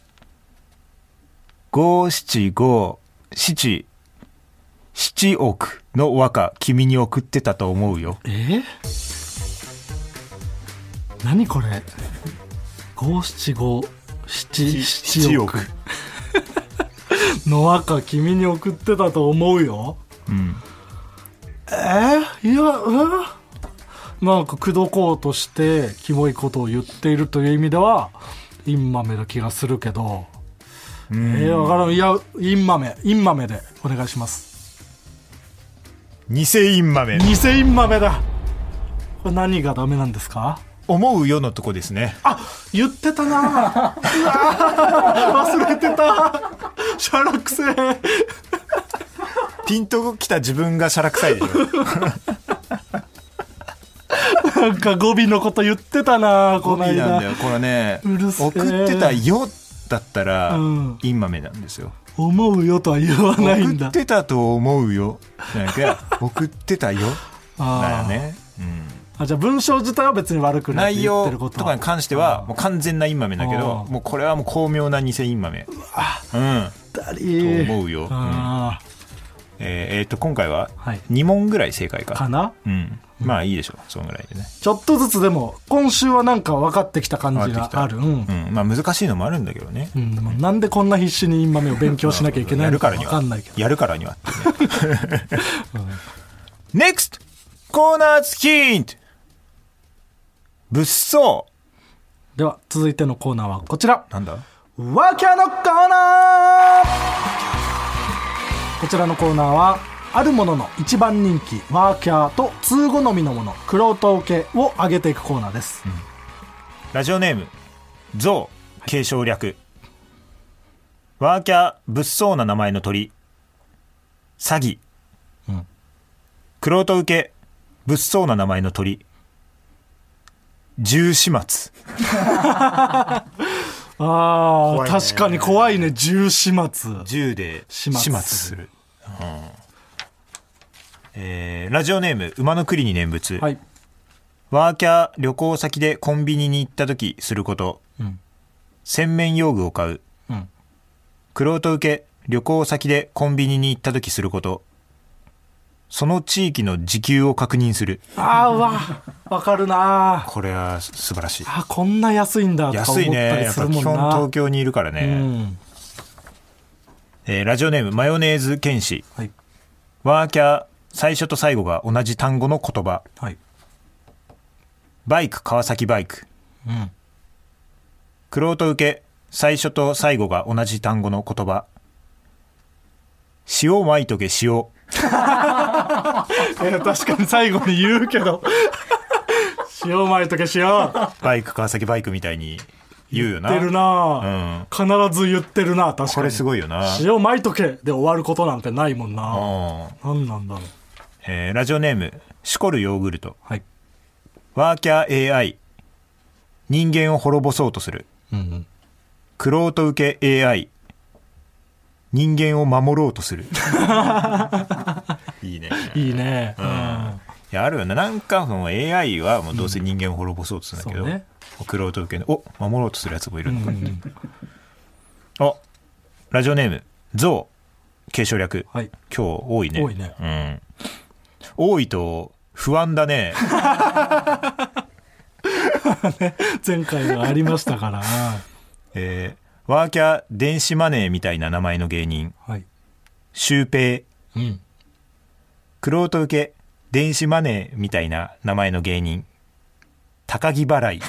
[SPEAKER 3] 五七五七七億の和歌君に送ってたと思うよ
[SPEAKER 4] えー、何これ五七五七七億の和歌君に送ってたと思うよ。
[SPEAKER 3] うん
[SPEAKER 4] えー、いや、うんなんか口説こうとしてキモいことを言っているという意味ではインマメな気がするけど。えー、わからんいやインマメインマメでお願いします
[SPEAKER 3] 偽インマメ
[SPEAKER 4] 偽インマメだこれ何がダメなんですか
[SPEAKER 3] 思うよのとこですね
[SPEAKER 4] あ言ってたなうわ 忘れてたシャラクセ
[SPEAKER 3] ピンときた自分がしゃらくさいで しょ
[SPEAKER 4] なんか語尾のこと言ってたな
[SPEAKER 3] 語
[SPEAKER 4] こ
[SPEAKER 3] 尾
[SPEAKER 4] の
[SPEAKER 3] なんだ
[SPEAKER 4] 間
[SPEAKER 3] よこれね
[SPEAKER 4] うるせえ
[SPEAKER 3] 送ってたよだったら、
[SPEAKER 4] うん
[SPEAKER 3] インマメなんですよ
[SPEAKER 4] 思うよとは言わないん
[SPEAKER 3] 送
[SPEAKER 4] だ
[SPEAKER 3] ってたと思うよなん か送ってたよだよ
[SPEAKER 4] あー
[SPEAKER 3] ね、うん
[SPEAKER 4] あじゃあ文章自体は別に悪くないって
[SPEAKER 3] 内
[SPEAKER 4] 言っ
[SPEAKER 3] 容
[SPEAKER 4] てること
[SPEAKER 3] と
[SPEAKER 4] は
[SPEAKER 3] かに関してはもう完全なインマメだけ
[SPEAKER 4] あ
[SPEAKER 3] ど
[SPEAKER 4] ー
[SPEAKER 3] もうこれはもう巧妙な偽インマメうん
[SPEAKER 4] だり
[SPEAKER 3] と
[SPEAKER 4] ー
[SPEAKER 3] 思うよ、うん
[SPEAKER 4] あ
[SPEAKER 3] えーえーっと今回は
[SPEAKER 4] ーはい
[SPEAKER 3] 2問ぐらい正解
[SPEAKER 4] か
[SPEAKER 3] か
[SPEAKER 4] な
[SPEAKER 3] うんまあいいでしょうそのぐらいでね、
[SPEAKER 4] ちょっとずつでも今週はなんか分かってきた感じがあるうん
[SPEAKER 3] うん、まあ難しいのもあるんだけどね
[SPEAKER 4] うんまあなんでこんな必死にインマメを勉強しなきゃいけない
[SPEAKER 3] や
[SPEAKER 4] の
[SPEAKER 3] る
[SPEAKER 4] か
[SPEAKER 3] からに
[SPEAKER 4] 分
[SPEAKER 3] は
[SPEAKER 4] かんないけど
[SPEAKER 3] やるからにはってね NEXT コーナー付きヒント物騒
[SPEAKER 4] では続いてのコーナーはこちら
[SPEAKER 3] なんだ
[SPEAKER 4] ワーキャーのコーナーこちらのコーナーはあるものの一番人気ワーキャーと通好みのものクロート受けを上げていくコーナーです、
[SPEAKER 3] ラジオネームゾウ継承略ワーキャー物騒な名前の鳥詐欺、
[SPEAKER 4] うん
[SPEAKER 3] クロート受け物騒な名前の鳥重始末
[SPEAKER 4] ああ、
[SPEAKER 3] 怖いね
[SPEAKER 4] 確かに怖いね重始末
[SPEAKER 3] 銃で
[SPEAKER 4] 始
[SPEAKER 3] 始
[SPEAKER 4] 末
[SPEAKER 3] 末
[SPEAKER 4] す
[SPEAKER 3] す
[SPEAKER 4] る
[SPEAKER 3] るうんえーラジオネーム馬の栗に念仏、
[SPEAKER 4] はい
[SPEAKER 3] ワーキャー旅行先でコンビニに行った時すること、
[SPEAKER 4] うん
[SPEAKER 3] 洗面用具を買う
[SPEAKER 4] うん
[SPEAKER 3] クロート受け旅行先でコンビニに行った時することその地域の時給を確認する
[SPEAKER 4] ああわわかるな
[SPEAKER 3] これは素晴らしい
[SPEAKER 4] あこんな安いんだとか
[SPEAKER 3] 安
[SPEAKER 4] 思っ
[SPEAKER 3] い
[SPEAKER 4] た
[SPEAKER 3] ね
[SPEAKER 4] り
[SPEAKER 3] やっ
[SPEAKER 4] す
[SPEAKER 3] ぱ
[SPEAKER 4] るも
[SPEAKER 3] 基
[SPEAKER 4] ん
[SPEAKER 3] 本
[SPEAKER 4] な、
[SPEAKER 3] 東京にいるから
[SPEAKER 4] う
[SPEAKER 3] ね、
[SPEAKER 4] ん
[SPEAKER 3] えーラジオネームマヨネーズ剣士
[SPEAKER 4] はい
[SPEAKER 3] ワーキャー最初と最後が同じ単語の言葉
[SPEAKER 4] はい
[SPEAKER 3] バイク川崎バイク
[SPEAKER 4] うん
[SPEAKER 3] クロート受け最初と最後が同じ単語の言葉塩まいとけ 塩
[SPEAKER 4] いや確かに最後に言う けど塩まいとけ塩言
[SPEAKER 3] バイク川崎バイクみたいに言うよな
[SPEAKER 4] ってるな、
[SPEAKER 3] うん
[SPEAKER 4] 必ず言ってるな確かに
[SPEAKER 3] これすごいよな
[SPEAKER 4] 塩まいとけで終わることなんてないもんな、
[SPEAKER 3] うん
[SPEAKER 4] なん、なんだろう
[SPEAKER 3] えーラジオネームシコルヨーグルト
[SPEAKER 4] はい、
[SPEAKER 3] ワーキャー AI 人間を滅ぼそうとする
[SPEAKER 4] うん、
[SPEAKER 3] クロート受け AI 人間を守ろうとするいいね
[SPEAKER 4] いいね、うん
[SPEAKER 3] いやあるよねなんかその AI はもうどうせ人間を滅ぼそうとするんだけど、
[SPEAKER 4] うんそうね
[SPEAKER 3] クロート受けのお守ろうとするやつもいるのか、あラジオネームゾウ継承略
[SPEAKER 4] はい
[SPEAKER 3] 今日多いね
[SPEAKER 4] 多いね
[SPEAKER 3] うん、多いと不安だね
[SPEAKER 4] 前回がありました から、
[SPEAKER 3] えーワーキャー電子マネーみたいな名前の芸人
[SPEAKER 4] はい
[SPEAKER 3] シュウペイ
[SPEAKER 4] うん、
[SPEAKER 3] クロート受け電子マネーみたいな名前の芸人高木払い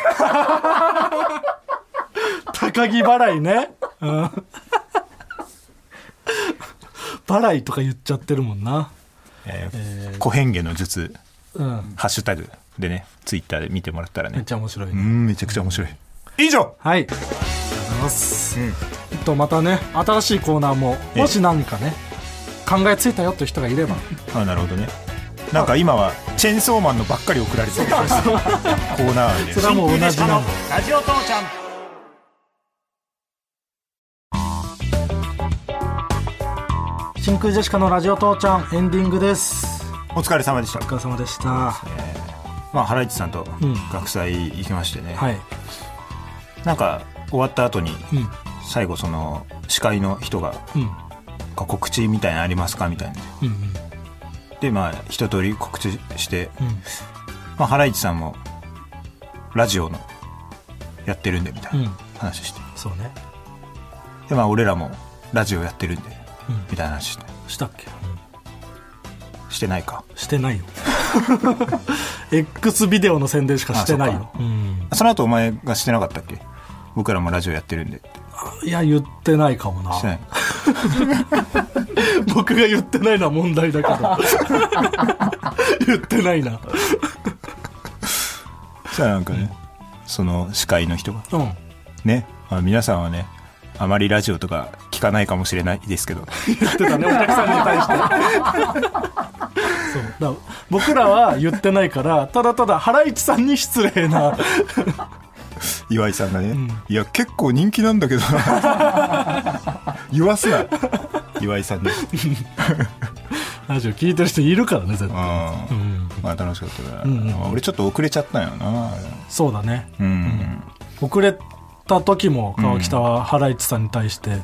[SPEAKER 4] 高木払いね、うん、払いとか言っちゃってるもんな、
[SPEAKER 3] えー小変化の頭痛
[SPEAKER 4] うん、
[SPEAKER 3] ハッシュタグでねツイッターで見てもらったら
[SPEAKER 4] めっ
[SPEAKER 3] ね
[SPEAKER 4] ちゃ面白いね、
[SPEAKER 3] うんめちゃくちゃ面白い以上
[SPEAKER 4] はい。ありがとうございます。えっとまたね、新しいコーナーも、
[SPEAKER 3] ええ
[SPEAKER 4] もし何かね、考えついたよという人がいれば、
[SPEAKER 3] あなるほどねなんか今はチェーンソーマンのばっかり送られ てるコーナーで
[SPEAKER 4] それはもう同じなの。真空ジェシカのラジオ父ちゃんエンディングです。
[SPEAKER 3] お疲れ様でした
[SPEAKER 4] お疲れ様でした。
[SPEAKER 3] まあハライチさんと
[SPEAKER 4] うん
[SPEAKER 3] 学祭行きましてね、
[SPEAKER 4] はい。
[SPEAKER 3] なんか終わった後に
[SPEAKER 4] うん
[SPEAKER 3] 最後その司会の人が
[SPEAKER 4] うん
[SPEAKER 3] 「告知みたいなのありますか?」みたいな
[SPEAKER 4] うんうん
[SPEAKER 3] でまあ一通り告知して、
[SPEAKER 4] ん
[SPEAKER 3] まあ、ハライチさんもラジオのやってるんでみたい
[SPEAKER 4] うん
[SPEAKER 3] な話して、
[SPEAKER 4] そうね。
[SPEAKER 3] でまあ俺らもラジオやってるんで、みたいな話して
[SPEAKER 4] したっけ？
[SPEAKER 3] してないか
[SPEAKER 4] してないよ。X ビデオの宣伝しかしてないよ。うん
[SPEAKER 3] その後お前がしてなかったっけ僕らもラジオやってるんでって
[SPEAKER 4] いや言ってないかもな。
[SPEAKER 3] してない
[SPEAKER 4] 僕が言ってないのは問題だけど 言ってないな
[SPEAKER 3] そしたらなんかね、その司会の人が
[SPEAKER 4] うん
[SPEAKER 3] ね、まあ、皆さんはねあまりラジオとか聞かないかもしれないですけど
[SPEAKER 4] 言ってたねお客さんに対してそうだから僕らは言ってないからただただハライチさんに失礼 な
[SPEAKER 3] 岩井さんがね、いや結構人気なんだけどな 言わすな岩井さ んです
[SPEAKER 4] ラジオ聞いてる人いるからね絶
[SPEAKER 3] うん
[SPEAKER 4] 対、うん、
[SPEAKER 3] まあ楽しかったから、
[SPEAKER 4] うんうん
[SPEAKER 3] まあ俺ちょっと遅れちゃったんよなあれ
[SPEAKER 4] そうだね
[SPEAKER 3] うん
[SPEAKER 4] 遅れた時も川北はハライチさんに対して
[SPEAKER 3] う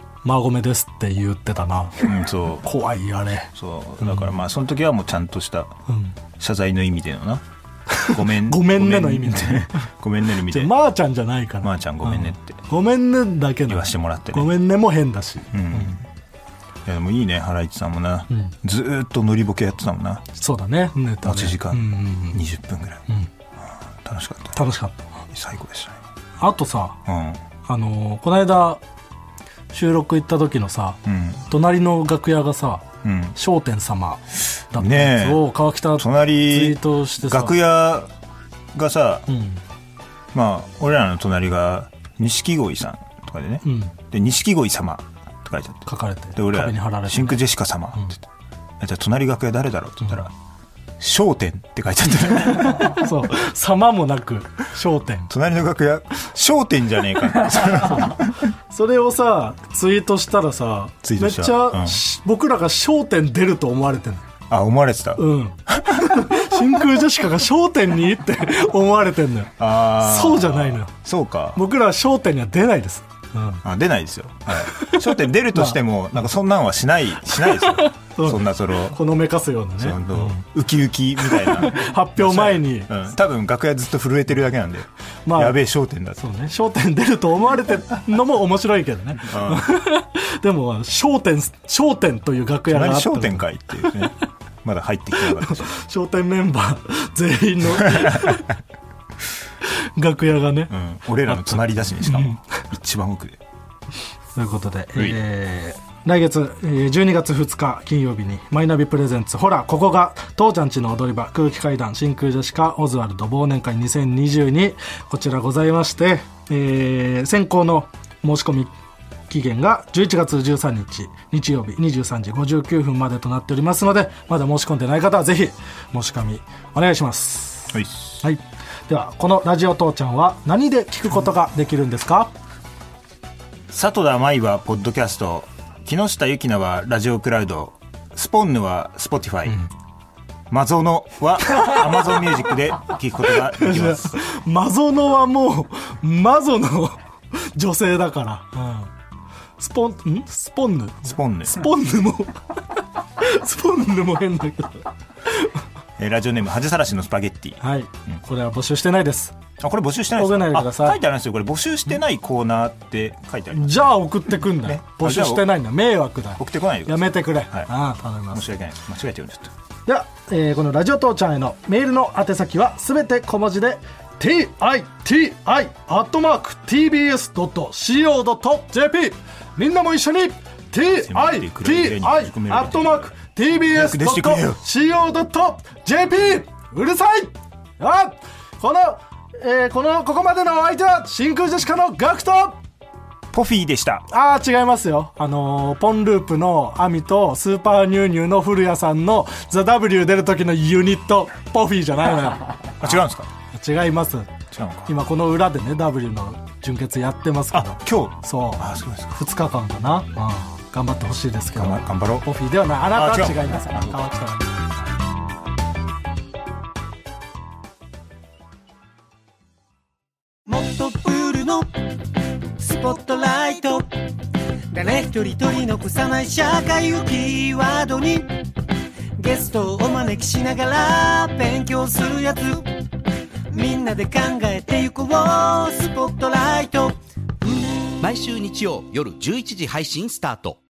[SPEAKER 4] 「マゴメです」って言ってたな
[SPEAKER 3] うん、うん、そう
[SPEAKER 4] 怖いあれ
[SPEAKER 3] そうだからまあその時はもうちゃんとした
[SPEAKER 4] うん
[SPEAKER 3] 謝罪の意味での なごめん
[SPEAKER 4] ごめんねの意味で
[SPEAKER 3] ごめんね の意味
[SPEAKER 4] じゃ
[SPEAKER 3] で
[SPEAKER 4] あまーちゃんじゃないから
[SPEAKER 3] まーちゃんごめんねって
[SPEAKER 4] うごめんねだけの
[SPEAKER 3] 言わしてもらってね
[SPEAKER 4] ごめんねも変だし
[SPEAKER 3] うんいやでもいいねハライチさんもな、
[SPEAKER 4] うん
[SPEAKER 3] ずーっと乗りボケやってたもんな
[SPEAKER 4] そうだねネタ
[SPEAKER 3] 持
[SPEAKER 4] ね
[SPEAKER 3] ち時間
[SPEAKER 4] うんうんうん
[SPEAKER 3] 20分ぐらい、
[SPEAKER 4] ん
[SPEAKER 3] 楽しかった
[SPEAKER 4] 楽しかっ
[SPEAKER 3] 最高でした
[SPEAKER 4] あとさ
[SPEAKER 3] たね
[SPEAKER 4] あのーこの間収録行った時のさ
[SPEAKER 3] うん
[SPEAKER 4] 隣の楽屋がさ
[SPEAKER 3] うん
[SPEAKER 4] 『笑点様』だったや
[SPEAKER 3] ねえ
[SPEAKER 4] つを川北ツイ
[SPEAKER 3] 隣
[SPEAKER 4] ートしてさ
[SPEAKER 3] 楽屋がさ、
[SPEAKER 4] うん
[SPEAKER 3] まあ俺らの隣が錦鯉さんとかでね、
[SPEAKER 4] うん
[SPEAKER 3] で錦鯉様って書いてあって
[SPEAKER 4] 書かれて
[SPEAKER 3] で俺
[SPEAKER 4] 壁に貼られ
[SPEAKER 3] ら
[SPEAKER 4] て
[SPEAKER 3] シンクジェシカ様って言って、えじゃあ隣楽屋誰だろうって言ったら『笑点』って書いてあ って
[SPEAKER 4] そう様もなく『笑点』
[SPEAKER 3] 隣の楽屋『笑点』じゃねえかって
[SPEAKER 4] それをさツイートしたらさ
[SPEAKER 3] ツイートした
[SPEAKER 4] めっちゃ、
[SPEAKER 3] うん
[SPEAKER 4] し僕らが『笑点』出ると思われてる
[SPEAKER 3] あ思われてた、
[SPEAKER 4] うん真空ジェシカが『笑点』にって思われてんのよ
[SPEAKER 3] あー
[SPEAKER 4] そうじゃないのよ
[SPEAKER 3] そうか
[SPEAKER 4] 僕らは『笑点』には出ないです、うん、
[SPEAKER 3] あ出ないですよ、はい、笑点出るとして も、なんかそんなんはしないしないですよ
[SPEAKER 4] そう
[SPEAKER 3] そんなその
[SPEAKER 4] ほのめかすような
[SPEAKER 3] ち
[SPEAKER 4] ね、
[SPEAKER 3] ゃんと
[SPEAKER 4] うん
[SPEAKER 3] ウキウキみたいな
[SPEAKER 4] 発表前に
[SPEAKER 3] うん、多分楽屋ずっと震えてるだけなんで、
[SPEAKER 4] まあ
[SPEAKER 3] やべえ焦点だと
[SPEAKER 4] そうね『笑点』出ると思われてるのも面白いけどね でも『笑点』『笑点』という楽屋が
[SPEAKER 3] 隣
[SPEAKER 4] あった
[SPEAKER 3] 焦点かいっていう ねまだ入ってきてなかったし、
[SPEAKER 4] 笑点メンバー全員 の楽屋がね、
[SPEAKER 3] うん、俺らの隣だしにしかも 一番奥で
[SPEAKER 4] ということで、
[SPEAKER 3] はい
[SPEAKER 4] えー来月えー12月2日金曜日にマイナビプレゼンツほらここが父ちゃんちの踊り場空気階段真空ジェシカオズワルド忘年会2022こちらございまして、えー先行の申し込み期限が11月13日日曜日23時59分までとなっておりますのでまだ申し込んでない方はぜひ申し込みお願いします
[SPEAKER 3] はい
[SPEAKER 4] はい、ではこの「ラジオ父ちゃん」は何で聞くことができるんですか
[SPEAKER 3] 里田舞はポッドキャスト木下ゆきなはラジオクラウドスポンヌはスポティファイ、マゾノはアマゾンミュージックで聞くことができ ます
[SPEAKER 4] マゾノはもうマゾの 女性だから、うん、スポンんスポンヌ
[SPEAKER 3] スポンヌ
[SPEAKER 4] スポンヌも スポンヌも変だけど
[SPEAKER 3] えーラジオネーム恥さらしのスパゲッティ
[SPEAKER 4] はい、これは募集してないです
[SPEAKER 3] あこれ募集してないです
[SPEAKER 4] 送らないでください
[SPEAKER 3] あ書いてあるんですよこれ募集してないコーナーって書いてあります
[SPEAKER 4] じゃあ送ってくんなよ、
[SPEAKER 3] ね
[SPEAKER 4] 募集してないんだ迷惑だよ
[SPEAKER 3] 送ってこないでく
[SPEAKER 4] や
[SPEAKER 3] ださい
[SPEAKER 4] めてくれ、
[SPEAKER 3] はい
[SPEAKER 4] ああ頼みま
[SPEAKER 3] 申
[SPEAKER 4] す
[SPEAKER 3] し訳ない間違えてるちょっと
[SPEAKER 4] では、えーこの「ラジオ父ちゃん」へのメールの宛先はすべて小文字で TITI.tbs.co.jp みんなも一緒に TITI.tbs.co.jp うるさいあこの、えーこのここまでのお相手は真空ジェシカのガクト
[SPEAKER 3] ポフィーでした
[SPEAKER 4] ああ、違いますよ。あのーポンループのアミとスーパーニューニューの古谷さんのザ・ W 出る時のユニット、ポフィーじゃな いの
[SPEAKER 3] あ違うんですか
[SPEAKER 4] よ。違います。
[SPEAKER 3] 違うのか
[SPEAKER 4] 今この裏でね、W の純潔やってますけど
[SPEAKER 3] あ。今日
[SPEAKER 4] そう。
[SPEAKER 3] あそうですか
[SPEAKER 4] 2日間かな。うん頑張ってほしいですけど。
[SPEAKER 3] 頑張頑張ろう
[SPEAKER 4] ポフィーではない。あなた
[SPEAKER 3] あ違う
[SPEAKER 4] は違います。あなたは違います。
[SPEAKER 5] もっとプールのスポットライト誰一人取り残さない社会をキーワードにゲストをお招きしながら勉強するやつみんなで考えてゆこうスポットライト
[SPEAKER 6] 毎週日曜夜11時配信スタート